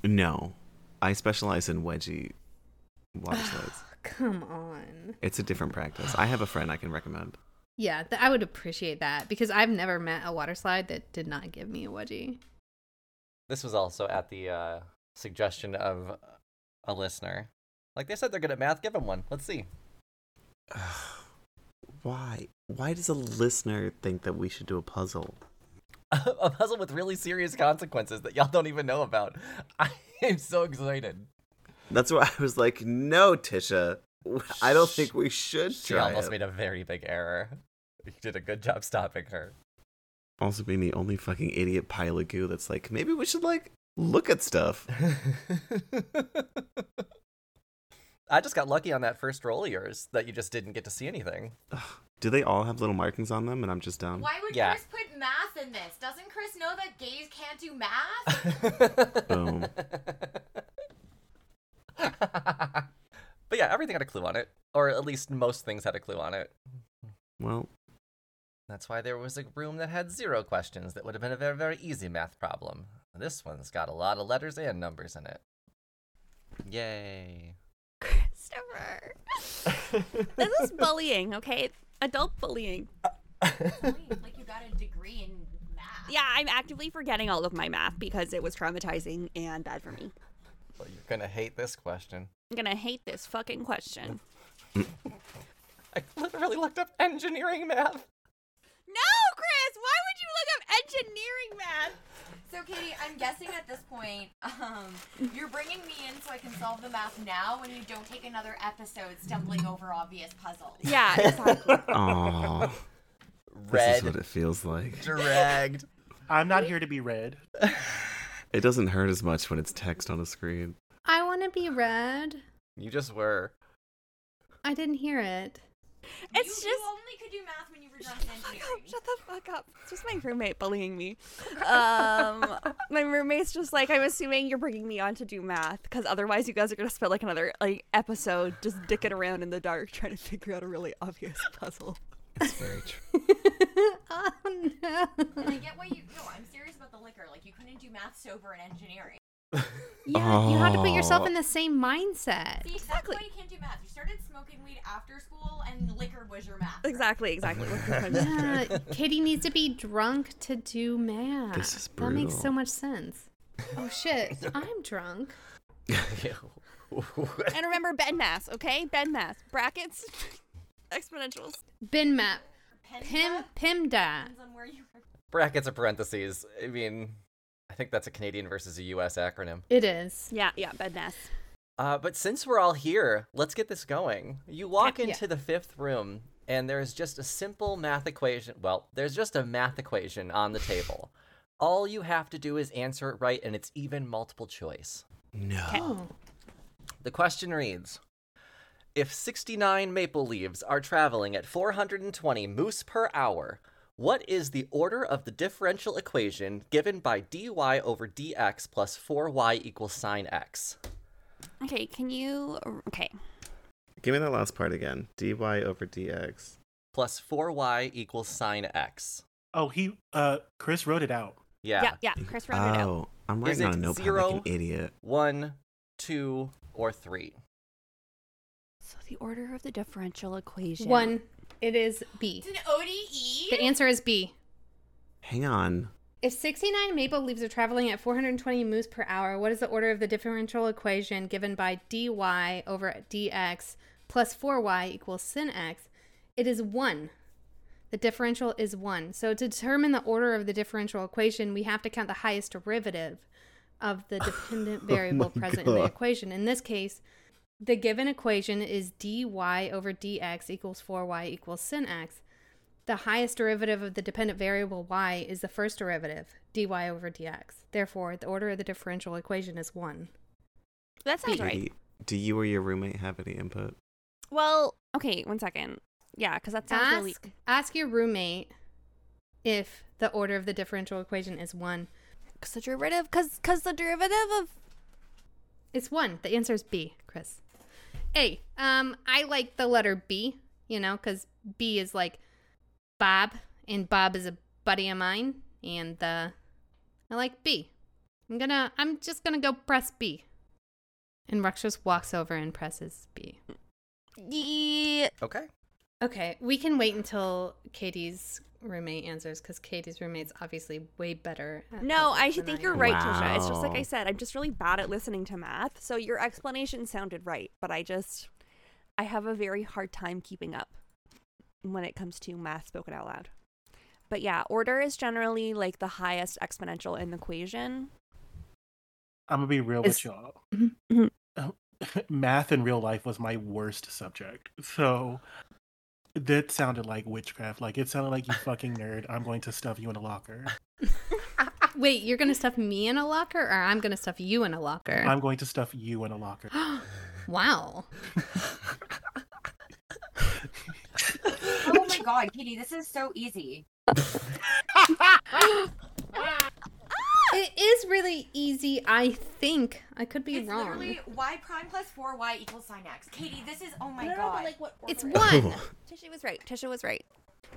Speaker 5: No. I specialize in wedgie
Speaker 1: [sighs]
Speaker 5: water slides.
Speaker 2: Come on.
Speaker 5: It's a different practice. I have a friend I can recommend.
Speaker 2: Yeah, th- I would appreciate that because I've never met a water slide that did not give me a wedgie.
Speaker 1: This was also at the uh, suggestion of a listener. Like they said they're good at math, give them one. Let's see. [laughs]
Speaker 5: Why? Why does a listener think that we should do a puzzle?
Speaker 1: a puzzle with really serious consequences that y'all don't even know about. [laughs] I am so excited.
Speaker 5: That's why I was like, no, Tisha. I don't think we should
Speaker 1: She
Speaker 5: try
Speaker 1: almost
Speaker 5: it.
Speaker 1: made a very big error. You did a good job
Speaker 5: [laughs]
Speaker 1: stopping her.
Speaker 5: also being the only fucking idiot pile of goo that's like, maybe we should like look at stuff.
Speaker 1: I just got lucky on that first roll of yours that you just didn't get to see anything.
Speaker 5: Do they all have little markings on them and I'm just dumb?
Speaker 8: Why would
Speaker 1: Yeah.
Speaker 8: Chris put math in this? Doesn't Chris know that gays can't do
Speaker 5: [laughs]
Speaker 8: math?
Speaker 5: Boom.
Speaker 1: [laughs] but yeah, everything had a clue on it, or at least most things had a clue on it.
Speaker 5: Well,
Speaker 1: That's why there was a room that had zero questions that would have been a very, very easy math problem. This one's got a lot of letters and numbers in it. Yay.
Speaker 4: Christopher. [laughs] this is bullying, okay? Adult bullying.
Speaker 8: like you got a degree in math.
Speaker 4: Yeah, I'm actively forgetting all of my math because it was traumatizing and bad for me.
Speaker 1: Well, you're gonna hate this question.
Speaker 4: I'm gonna hate this fucking question.
Speaker 1: I literally looked up engineering math.
Speaker 4: No, Chris, why would you look up engineering math?
Speaker 8: So, Katie, I'm guessing at this point, um, you're bringing me in so I can solve the math now when you don't take another episode stumbling over obvious puzzles.
Speaker 4: Yeah,
Speaker 1: [laughs]
Speaker 4: exactly.
Speaker 5: aw, this is what
Speaker 1: Red,
Speaker 5: it feels like.
Speaker 1: dragged.
Speaker 3: I'm not here to be read.
Speaker 5: It doesn't hurt as much when it's text on a screen.
Speaker 2: I want to be read.
Speaker 1: You just [laughs] were.
Speaker 2: I didn't hear it. [laughs]
Speaker 4: It's just-
Speaker 8: you, you only could do math when you were done with engineering.
Speaker 4: Shut the fuck up. It's just my roommate bullying me. [laughs] Um, my roommate's just like, I'm assuming you're bringing me on to do math because otherwise you guys are gonna spend like another like episode just dicking around in the dark trying to figure out a really obvious [laughs] puzzle.
Speaker 5: It's very true.
Speaker 2: oh no.
Speaker 8: And I get why you. No, I'm serious about the liquor. Like you couldn't do math sober and engineering.
Speaker 2: Yeah, you have to put yourself
Speaker 5: Oh.
Speaker 2: in the same mindset.
Speaker 8: See, exactly.
Speaker 4: Exactly.
Speaker 8: That's why you can't do math. You started smoking weed after school, and liquor was your math.
Speaker 4: Exactly, exactly. Look at [laughs] my-
Speaker 5: [laughs]
Speaker 2: Yeah, Katie needs to be drunk to do math.
Speaker 5: This is
Speaker 2: That makes so
Speaker 5: brutal.
Speaker 2: much sense.
Speaker 5: [laughs]
Speaker 2: Oh shit, I'm drunk.
Speaker 4: and remember Ben Mass, okay? Ben Mass. Brackets, [laughs] exponentials.
Speaker 2: Bin map.
Speaker 8: Pen
Speaker 2: Pim
Speaker 8: math
Speaker 2: Pimda.
Speaker 8: depends on where you [laughs] were.
Speaker 1: Brackets or parentheses. I mean, I think that's a Canadian versus a US acronym.
Speaker 2: It is.
Speaker 4: Yeah, yeah, Ben Mass.
Speaker 1: Uh, but since we're all here, let's get this going. You walk
Speaker 2: Yeah.
Speaker 1: into the fifth room, and there's just a simple math equation. Well, there's just a math equation on the table. All you have to do is answer it right, and it's even multiple choice.
Speaker 5: [laughs] No.
Speaker 2: Oh.
Speaker 1: The question reads If 69 maple leaves are traveling at 420 moose per hour, what is the order of the differential equation given by dy over dx plus 4y equals sine x?
Speaker 4: Okay, can you. Okay.
Speaker 5: Give me that last part again. dy over dx.
Speaker 1: Plus 4y equals sine x.
Speaker 3: Oh, he, uh, Chris wrote it out.
Speaker 1: Yeah.
Speaker 4: Yeah, yeah. Chris wrote it out.
Speaker 5: Oh, I'm
Speaker 1: Is
Speaker 5: writing on
Speaker 1: it
Speaker 5: a notepad
Speaker 1: zero?
Speaker 5: like an idiot.
Speaker 1: One, two, or three.
Speaker 4: So the order of the differential equation.
Speaker 2: One. It is B.
Speaker 8: It's an
Speaker 9: E.
Speaker 8: ODE.
Speaker 2: The answer is B.
Speaker 5: Hang on.
Speaker 2: If 69 maple leaves are traveling at 420 moves per hour, what is the order of the differential equation given by dy over dx plus 4y equals sin x? It is 1. The differential is 1. So to determine the order of the differential equation, we have to count the highest derivative of
Speaker 5: [laughs]
Speaker 2: the dependent variable
Speaker 5: Oh my
Speaker 2: present in the
Speaker 5: God.
Speaker 2: equation. In this case, the given equation is dy over dx equals 4y equals sin x. The highest derivative of the dependent variable y is the first derivative, dy over dx. Therefore, the order of the differential equation is 1.
Speaker 4: That sounds
Speaker 5: Do
Speaker 4: right.
Speaker 5: you- Do you or your roommate have any input?
Speaker 4: Well, okay, one second. Yeah, because that sounds
Speaker 2: ask,
Speaker 4: really.
Speaker 2: ask your roommate if the order of the differential equation is 1.
Speaker 4: Because the derivative, because because the derivative of
Speaker 2: It's 1. The answer is B, Chris. A. Um, I like the letter B, you know, because B is like Bob, and Bob is a buddy of mine, and uh, I like B. I'm gonna, I'm just gonna go press B. And Rex just walks over and presses B.
Speaker 4: the [laughs]
Speaker 1: Okay.
Speaker 2: Okay, we can wait until Katie's roommate answers because Katie's roommate's obviously way better. At
Speaker 4: no,
Speaker 2: puzzles
Speaker 4: I
Speaker 2: than
Speaker 4: think
Speaker 2: am.
Speaker 4: you're right, Tisha. It's just like I
Speaker 5: Wow.
Speaker 4: said, I'm just really bad at listening to math. So your explanation sounded right, but I just I have a very hard time keeping up when it comes to math spoken out loud. But yeah, order is generally like the highest exponential in the equation.
Speaker 3: I'm gonna be real
Speaker 2: Is-
Speaker 3: with y'all.
Speaker 4: Mm-hmm.
Speaker 3: [laughs] Math in real life was my worst subject. So that sounded like witchcraft. Like it sounded like you fucking nerd. I'm going to stuff you in a locker.
Speaker 2: Wait, you're gonna stuff me in a locker, or I'm gonna stuff you in a locker?
Speaker 3: I'm going to stuff you in a locker. [gasps]
Speaker 2: wow.
Speaker 8: Oh my god, Kitty, this is so easy.
Speaker 2: It is really easy. I think I could be
Speaker 8: It's
Speaker 2: wrong.
Speaker 8: literally y prime plus 4y equals sine x. Katie, this is, oh my god.
Speaker 4: what
Speaker 5: [laughs]
Speaker 2: It's one.
Speaker 1: Oh.
Speaker 4: Tisha was right. Tisha was right.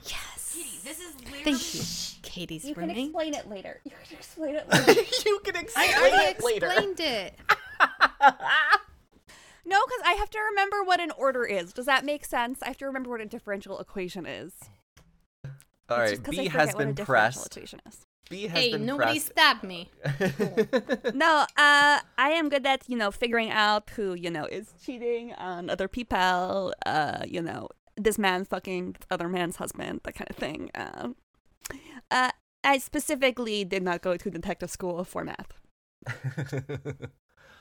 Speaker 8: Katie, this is literally.
Speaker 2: Thank you, Katie's
Speaker 9: You can
Speaker 2: roommate.
Speaker 9: explain it later. You can explain it later.
Speaker 1: you can explain
Speaker 2: I already
Speaker 1: it later.
Speaker 2: explained it.
Speaker 4: No, because I have to remember what an order is. Does that make sense? I have to remember what a differential equation is.
Speaker 1: All
Speaker 4: It's
Speaker 1: right,
Speaker 4: just 'cause I
Speaker 1: B
Speaker 4: forget
Speaker 1: has
Speaker 4: what a
Speaker 1: been
Speaker 4: differential
Speaker 1: pressed.
Speaker 4: equation is.
Speaker 1: B has
Speaker 2: Hey,
Speaker 1: been
Speaker 2: nobody stabbed me.
Speaker 1: pressed.
Speaker 4: No, uh, I am good at you know figuring out who you know is cheating on other people. Uh, you know this man fucking other man's husband, that kind of thing. Um, uh, I specifically did not go to detective school for math.
Speaker 1: [laughs]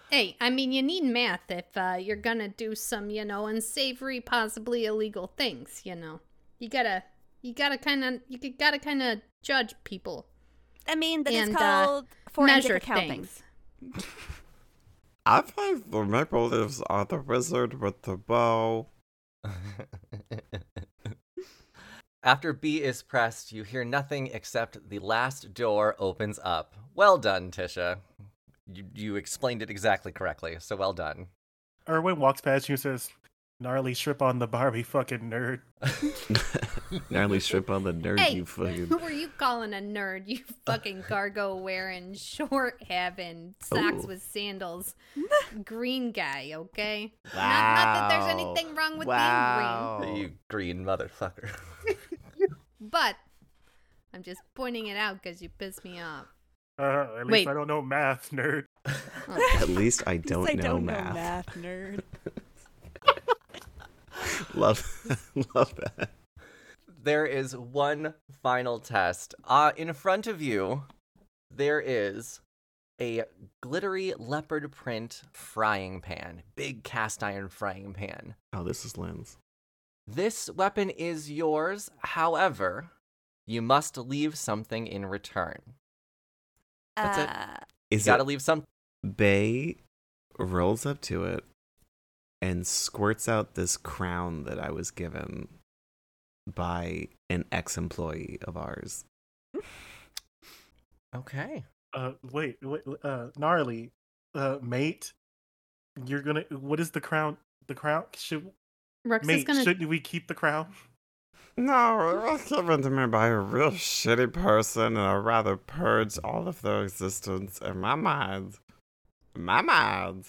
Speaker 2: Hey, I mean, you need math if uh, you're gonna do some, you know, unsavory, possibly illegal things. You know, you gotta, you gotta kind of, you could- gotta kind of judge people,
Speaker 4: I mean that is
Speaker 2: And, uh,
Speaker 4: called forensic
Speaker 2: measure
Speaker 4: accounting.
Speaker 2: things.
Speaker 6: I think the maple leaves are the wizard with the
Speaker 5: [laughs]
Speaker 6: bow.
Speaker 1: After B is pressed, you hear nothing except the last door opens up. Well done, Tisha. You, you explained it exactly correctly, so well done.
Speaker 3: Erwin walks past you and says, Gnarly strip on the Barbie fucking nerd.
Speaker 5: Oh. Gnarly strip on the nerd,
Speaker 2: Hey,
Speaker 5: you
Speaker 2: [laughs]
Speaker 5: fucking. Uh.
Speaker 2: who are you calling a
Speaker 5: [laughs]
Speaker 2: nerd? You fucking cargo wearing, short having, socks
Speaker 5: Ooh.
Speaker 2: with sandals, green guy. Okay. Not, not that there's
Speaker 5: Wow.
Speaker 2: anything wrong with being
Speaker 5: wow.
Speaker 1: You green motherfucker.
Speaker 2: green, but I'm just pointing it out because you pissed me off.
Speaker 3: Uh, at least
Speaker 2: Wait.
Speaker 3: I don't know math, nerd.
Speaker 5: [laughs]
Speaker 2: Oh,
Speaker 5: At least I
Speaker 4: Because
Speaker 5: don't,
Speaker 4: I
Speaker 5: know,
Speaker 4: don't
Speaker 5: math.
Speaker 4: know math, nerd.
Speaker 5: Love, [laughs] love that.
Speaker 1: there is one final test. Uh, in front of you, there is a glittery leopard print frying pan, big cast iron frying pan.
Speaker 5: Oh, this is Lynn's.
Speaker 1: This weapon is yours. However, you must leave something in return. That's it.
Speaker 4: uh,
Speaker 1: You
Speaker 5: Is
Speaker 1: gotta
Speaker 5: it
Speaker 1: leave something.
Speaker 5: Bay rolls up to it and squirts out this crown that I was given by an ex-employee of ours. [laughs]
Speaker 1: Okay. [laughs]
Speaker 3: Uh, wait, wait uh, Gnarly, uh, mate, you're gonna, what is the crown? The crown? Should,
Speaker 2: Rooks is
Speaker 3: mate,
Speaker 2: gonna
Speaker 3: shouldn't we keep the crown?
Speaker 6: No, it was given to me by a real shitty person, and I rather purge all of their existence in my mind. My mind.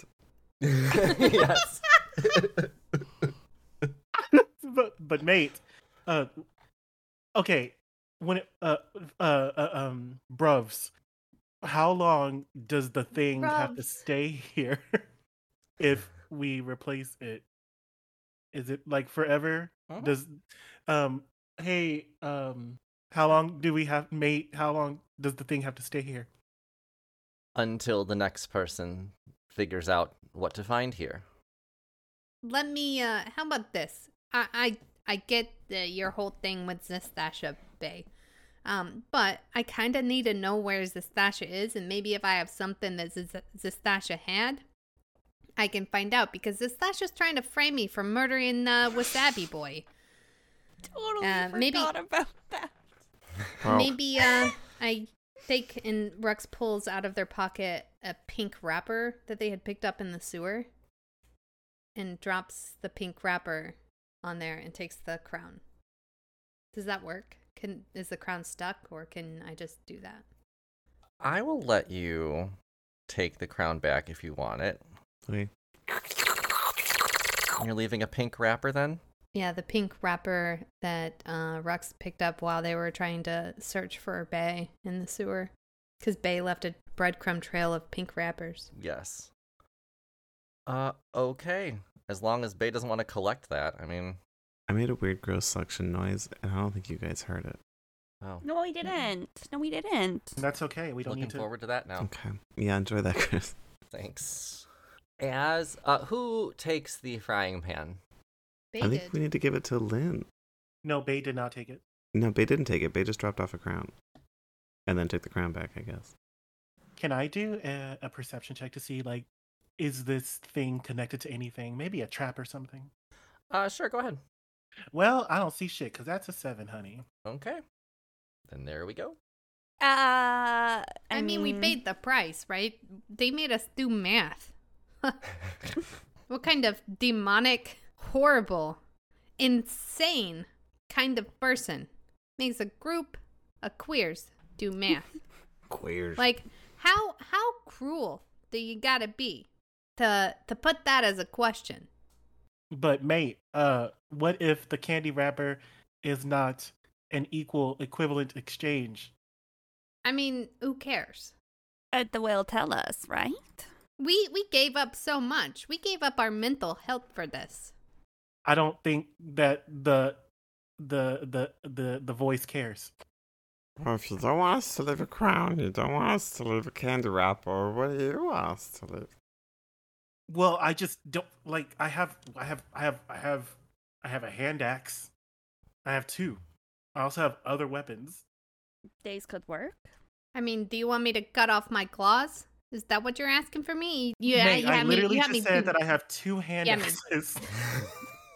Speaker 1: yes.
Speaker 3: [laughs] but but mate, uh, okay, when it, uh, uh uh um bruvs, how long does the thing have to
Speaker 2: Bruvs.
Speaker 3: stay [laughs] here if we replace it? Is it like forever?
Speaker 1: Huh?
Speaker 3: Does um hey um how long do we have mate? How long does the thing have to stay here?
Speaker 1: Until the next person figures out what to find here.
Speaker 2: let me uh how about this i i i get the, your whole thing with zestasha bay um but i kind of need to know where zestasha is and maybe if i have something that Zes- zestasha had i can find out because zestasha's trying to frame me for murdering uh wasabi boy
Speaker 4: totally
Speaker 2: Uh,
Speaker 4: forgot
Speaker 2: maybe-
Speaker 4: about that.
Speaker 6: Well,
Speaker 2: maybe uh i take and rex pulls out of their pocket a pink wrapper that they had picked up in the sewer and drops the pink wrapper on there and takes the crown does that work can is the crown stuck or can i just do that
Speaker 1: I will let you take the crown back if you want it.
Speaker 5: Okay.
Speaker 1: You're leaving a pink wrapper then?
Speaker 2: yeah the pink wrapper that uh rux picked up while they were trying to search for bay in the sewer because bay left a breadcrumb trail of pink wrappers
Speaker 1: Yes. Uh, okay. As long as Bay doesn't want to collect that, I mean,
Speaker 5: I made a weird gross suction noise, and I don't think you guys heard it.
Speaker 1: oh,
Speaker 4: No, we didn't. No, we didn't.
Speaker 3: That's okay. We don't
Speaker 1: looking
Speaker 3: need to.
Speaker 1: forward to
Speaker 5: [laughs]
Speaker 1: that now.
Speaker 5: Okay. Yeah, enjoy that, Chris.
Speaker 1: Thanks. As uh, who takes the frying pan?
Speaker 2: bay
Speaker 5: I
Speaker 2: did
Speaker 5: think we need to give it to Lynn.
Speaker 3: No, Bay did not take it.
Speaker 5: No, Bay didn't take it. Bay just dropped off a crown. and then take the crown back, I guess.
Speaker 3: Can I do a, a perception check to see like is this thing connected to anything? Maybe a trap or something.
Speaker 1: Uh, sure, go ahead.
Speaker 3: Well, I don't see shit because that's a seven, honey.
Speaker 1: Okay. Then there we go.
Speaker 4: Uh, I,
Speaker 2: I mean,
Speaker 4: Mm.
Speaker 2: we paid the price, right? They made us do math. what kind of demonic, horrible, insane kind of person makes a group of queers do math?
Speaker 5: Queer.
Speaker 2: like, how how cruel do you gotta be to to put that as a question?
Speaker 3: But mate, uh, what if the candy wrapper is not an equal equivalent exchange?
Speaker 2: I mean, who cares?
Speaker 4: Uh, the will tell us, right?
Speaker 2: We we gave up so much. We gave up our mental health for this.
Speaker 3: I don't think that the the the the the voice cares.
Speaker 6: Well, if you don't want us to leave a crown, you don't want us to leave a candy wrapper. What do you want us to leave?
Speaker 3: Well, I just don't like. I have I have I have I have I have a hand axe. I have two. I also have other weapons.
Speaker 4: Days could work.
Speaker 2: I mean, do you want me to cut off my claws? Is that what you're asking for me? Yeah,
Speaker 3: Mate,
Speaker 2: you
Speaker 3: I
Speaker 2: have me-
Speaker 3: literally
Speaker 2: you have
Speaker 3: just
Speaker 2: me beat.
Speaker 3: said that I have two hand
Speaker 2: Yeah, me.
Speaker 3: axes.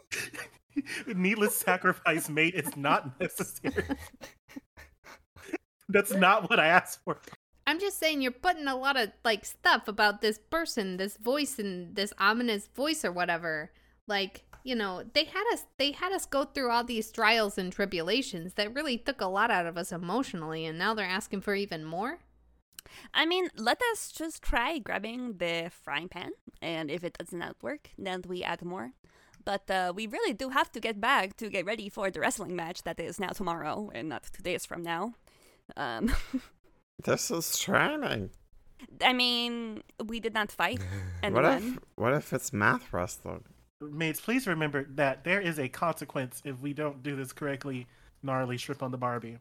Speaker 3: [laughs] Needless sacrifice, mate. It's not [laughs] necessary. That's not what I asked for.
Speaker 2: I'm just saying you're putting a lot of like stuff about this person, this voice and this ominous voice or whatever. Like, you know, they had us they had us go through all these trials and tribulations that really took a lot out of us emotionally and now they're asking for even more.
Speaker 4: I mean, let us just try grabbing the frying pan, and if it does not work, then we add more. But uh, we really do have to get back to get ready for the wrestling match that is now tomorrow, and not two days from now. Um, [laughs]
Speaker 6: This is training.
Speaker 4: I mean, we did not fight
Speaker 6: what if
Speaker 4: anyone.
Speaker 6: what if it's math wrestling?
Speaker 3: Mates, please remember that there is a consequence if we don't do this correctly. Gnarly strip on the Barbie.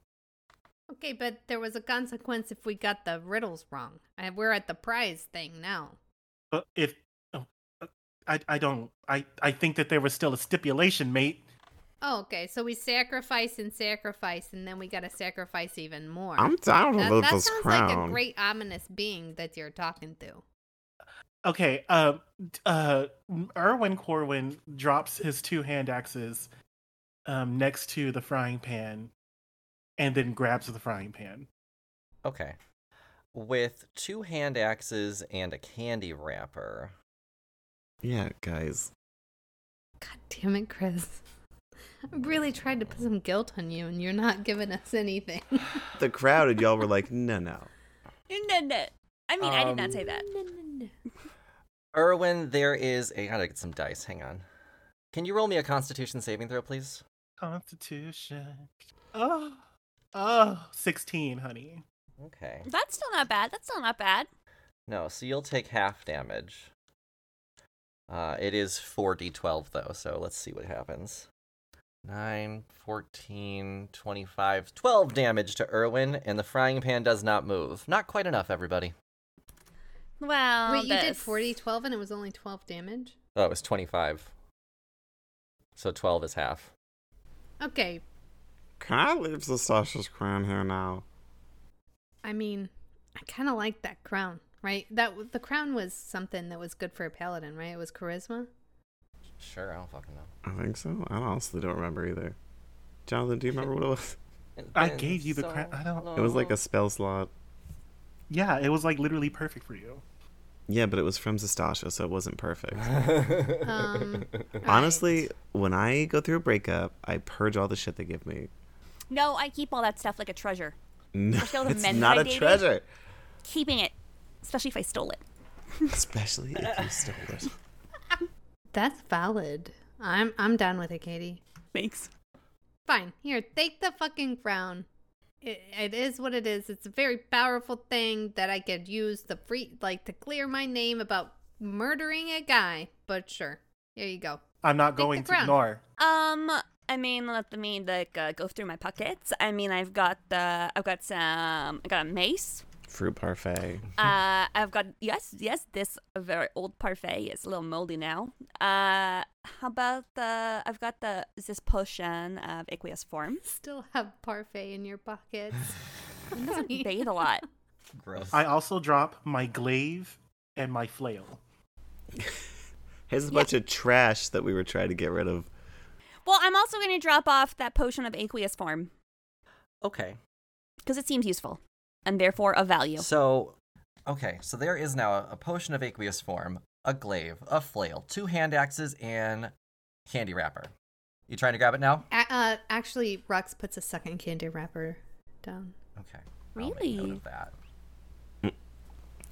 Speaker 2: Okay, but there was a consequence if we got the riddles wrong. And we're at the prize thing now.
Speaker 3: But if oh, uh, I, I don't, I, I think that there was still a stipulation, mate.
Speaker 2: Oh, okay. So we sacrifice and sacrifice and then we got to sacrifice even more.
Speaker 6: I'm down to
Speaker 2: that,
Speaker 6: leave
Speaker 2: that
Speaker 6: this
Speaker 2: sounds
Speaker 6: crown.
Speaker 2: like a great ominous being that you're talking to.
Speaker 3: Okay, um, d- uh, Erwin Corwin drops his two hand axes, um, next to the frying pan, and then grabs the frying pan.
Speaker 1: Okay. With two hand axes and a candy wrapper.
Speaker 5: Yeah, guys.
Speaker 2: God damn it, Chris. [laughs] I really tried to put some guilt on you, and you're not giving us anything. [laughs]
Speaker 5: The crowd and y'all were like, no, no.
Speaker 4: No, no. I mean, I did
Speaker 1: Um,
Speaker 4: not say that.
Speaker 1: Erwin, there is a. I gotta get some dice. Hang on. Can you roll me a Constitution saving throw, please?
Speaker 3: Constitution. Oh, oh, 16, honey.
Speaker 1: Okay.
Speaker 4: That's still not bad. That's still not bad.
Speaker 1: No, so you'll take half damage. Uh, it is 4d12, though, so let's see what happens. 9, 14, 25, 12 damage to Erwin, and the frying pan does not move. Not quite enough, everybody.
Speaker 4: Well,
Speaker 2: Wait, you did
Speaker 4: this-
Speaker 2: 40, 12, and it was only 12 damage?
Speaker 1: Oh, it was 25. So 12 is half.
Speaker 2: Okay,
Speaker 6: Can I leave the Sasha's crown here now?
Speaker 2: I mean, I kind of like that crown, right? That w- The crown was something that was good for a paladin, right? It
Speaker 6: [laughs]
Speaker 2: was charisma?
Speaker 1: Sure, I don't fucking know.
Speaker 5: I think so. I honestly don't remember either. Jonathan, do you remember what it was?
Speaker 1: It's
Speaker 3: I
Speaker 1: been
Speaker 3: gave you the
Speaker 1: so
Speaker 3: crown- I don't-
Speaker 5: It was like a
Speaker 2: Oh.
Speaker 1: long.
Speaker 5: spell slot.
Speaker 3: Yeah, it was like literally perfect for you.
Speaker 5: Yeah, but it was from Zastasha, so it wasn't perfect.
Speaker 2: Um, all
Speaker 5: Honestly,
Speaker 2: right.
Speaker 5: when I go through a breakup, I purge all the shit they give me. [laughs]
Speaker 4: No, I keep all that stuff like a treasure.
Speaker 5: No,
Speaker 4: Especially all the
Speaker 5: it's
Speaker 4: men that
Speaker 5: not
Speaker 4: I
Speaker 5: a
Speaker 4: dated. [laughs]
Speaker 5: treasure.
Speaker 4: Keeping it, especially if I stole it.
Speaker 5: Especially if you stole it.
Speaker 4: [laughs]
Speaker 2: That's valid. I'm, I'm done with it, Katie.
Speaker 4: Thanks.
Speaker 2: Fine. Here, take the fucking crown. It, it is what it is. It's a very powerful thing that I could use to free, like, to clear my name about murdering a guy. But sure, here you go.
Speaker 3: I'm not
Speaker 2: Take the
Speaker 3: going to
Speaker 2: crown.
Speaker 3: ignore.
Speaker 4: Um, I mean, let me like uh, go through my pockets. I mean, I've got uh, I've got some, I got a mace.
Speaker 5: Fruit parfait.
Speaker 4: Uh, I've got yes, yes, this very old parfait. It's a little moldy now. Uh, how about the? I've got the this potion of aqueous form. [sighs]
Speaker 2: Still have parfait in your pockets.
Speaker 4: He
Speaker 2: [laughs]
Speaker 4: doesn't bathe a lot.
Speaker 1: Gross.
Speaker 3: I also drop my glaive and my flail.
Speaker 5: Here's a bunch of trash that we were trying to get rid of.
Speaker 4: Well, I'm also going to drop off that potion of aqueous form
Speaker 1: okay.
Speaker 4: because it seems useful and therefore of value.
Speaker 1: So, okay, so there is now a, a potion of aqueous form, a glaive, a flail, two hand axes, and candy wrapper. You trying to grab it now?
Speaker 2: A- uh, actually, Rux puts a second candy wrapper down.
Speaker 1: Okay. I'll make note
Speaker 4: Really?
Speaker 1: of that.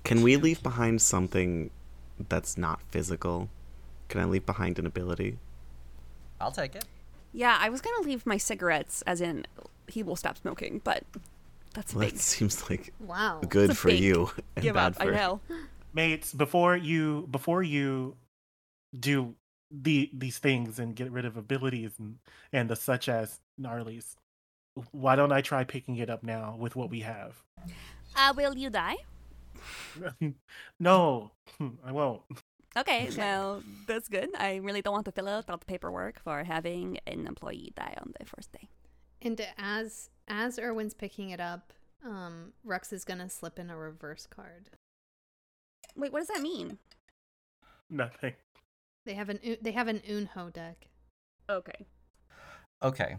Speaker 5: Can we leave behind something that's not physical? Can I leave behind an ability?
Speaker 1: I'll take it.
Speaker 4: Yeah, I was going to leave my cigarettes, as in he will stop smoking, but that's a
Speaker 5: Well,
Speaker 4: big.
Speaker 5: that seems like
Speaker 2: Wow.
Speaker 5: good
Speaker 4: [laughs] It's a
Speaker 5: for
Speaker 4: big [laughs]
Speaker 5: you and
Speaker 4: Give
Speaker 5: bad
Speaker 4: up.
Speaker 5: for
Speaker 4: I know.
Speaker 3: Mates, before you before you do the these things and get rid of abilities and, and the such as gnarlies, why don't I try picking it up now with what we have? [laughs]
Speaker 4: Uh, will you die?
Speaker 3: no, hmm, I won't. [laughs]
Speaker 4: Okay, well, that's good. I really don't want to fill out all the paperwork for having an employee die on the first day.
Speaker 2: And as as Erwin's picking it up, um, Rux is gonna slip in a reverse card.
Speaker 4: Wait, what does that mean?
Speaker 3: Nothing.
Speaker 2: They have an u- they have an Unho deck.
Speaker 4: Okay.
Speaker 1: Okay.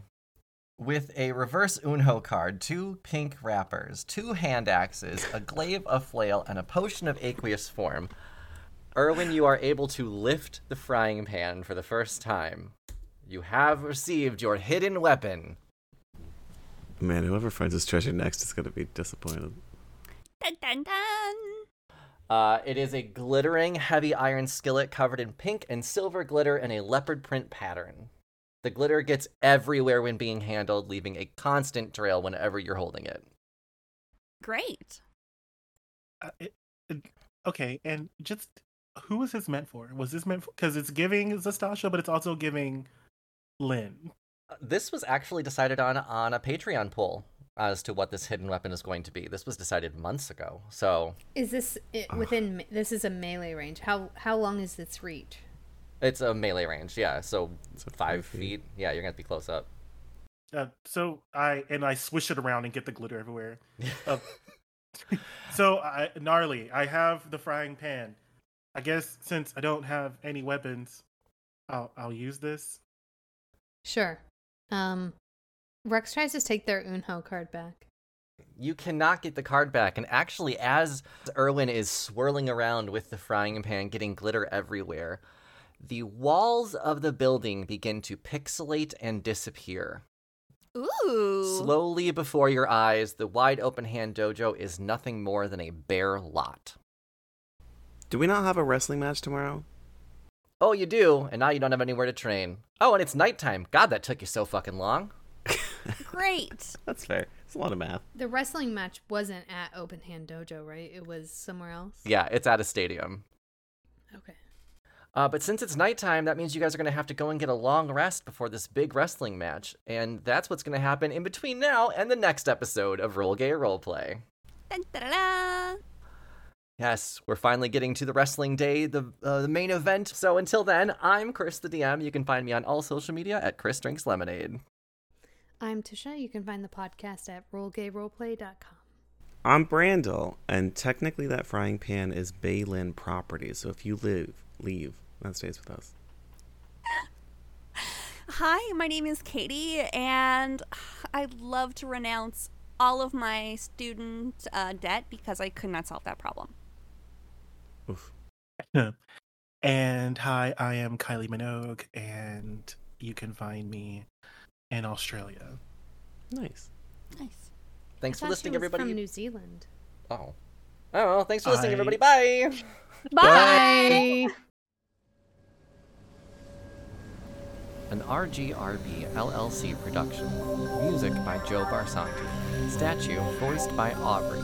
Speaker 1: With a reverse Unho card, two pink wrappers, two hand axes, a glaive, a flail, and a potion of aqueous form, Erwin, you are able to lift the frying pan for the first time. You have received your hidden weapon.
Speaker 5: Man, whoever finds this treasure next is gonna be disappointed.
Speaker 4: Dun dun dun!
Speaker 1: Uh, it is a glittering heavy iron skillet covered in pink and silver glitter and a leopard print pattern. The glitter gets everywhere when being handled, leaving a constant trail whenever you're holding it.
Speaker 4: Great.
Speaker 3: Uh, it- it- okay, and just who was this meant for? Was this meant because it's giving Zastasha, but it's also giving Lynn.
Speaker 1: Uh, This was actually decided on on a Patreon poll as to what this hidden weapon is going to be. This was decided months ago. So
Speaker 2: Is this it, within? me- This is a melee range. How how long is its reach?
Speaker 1: it's a melee range, yeah. So
Speaker 5: a
Speaker 1: five
Speaker 5: five feet.
Speaker 1: feet. Yeah, you're gonna have to be close up.
Speaker 3: Uh, so I and I swish it around and get the glitter everywhere. Uh, so I gnarly. I have the frying pan. I guess since I don't have any weapons, I'll I'll use this.
Speaker 2: Sure. Um, Rux tries to take their Unho card back.
Speaker 1: You cannot get the card back. And actually, as Erwin is swirling around with the frying pan, getting glitter everywhere, the walls of the building begin to pixelate and disappear.
Speaker 4: Ooh.
Speaker 1: Slowly before your eyes, the wide open hand dojo is nothing more than a bare lot.
Speaker 5: Do we not have a wrestling match tomorrow?
Speaker 1: Oh, you do, and now you don't have anywhere to train. Oh, and it's nighttime. God, that took you so fucking long.
Speaker 4: Great.
Speaker 5: That's fair. It's a lot of math.
Speaker 2: The wrestling match wasn't at Open Hand Dojo, right? It was somewhere else.
Speaker 1: Yeah, it's at a stadium.
Speaker 2: Okay.
Speaker 1: Uh, but since it's nighttime, that means you guys are going to have to go and get a long rest before this big wrestling match. And that's what's going to happen in between now and the next episode of Roll Gay Roleplay.
Speaker 4: Dun, dun, dun, dun.
Speaker 1: Yes, we're finally getting to the wrestling day, the, uh, the main event. So until then, I'm Chris the DM. You can find me on all social media at Chris Drinks Lemonade.
Speaker 2: I'm Tisha. You can find the podcast at rollgayroleplay.com.
Speaker 5: I'm Brandel, and technically that frying pan is Baylin property. So if you live, leave, that stays with us.
Speaker 4: Hi, my name is Katie, and I love to renounce all of my student uh, debt because I could not solve that problem.
Speaker 5: Oof.
Speaker 3: And hi, I am Kylie Minogue, and you can find me in Australia.
Speaker 5: Nice.
Speaker 4: Nice.
Speaker 1: Thanks
Speaker 2: Thought
Speaker 1: for
Speaker 2: she
Speaker 1: listening,
Speaker 2: was
Speaker 1: everybody.
Speaker 2: From New Zealand.
Speaker 1: oh. Oh, well, thanks for listening,
Speaker 3: I-
Speaker 1: everybody. Bye.
Speaker 2: Bye.
Speaker 1: an RGRB LLC production. Music by Joe Barsanti. Statue voiced by Aubrey.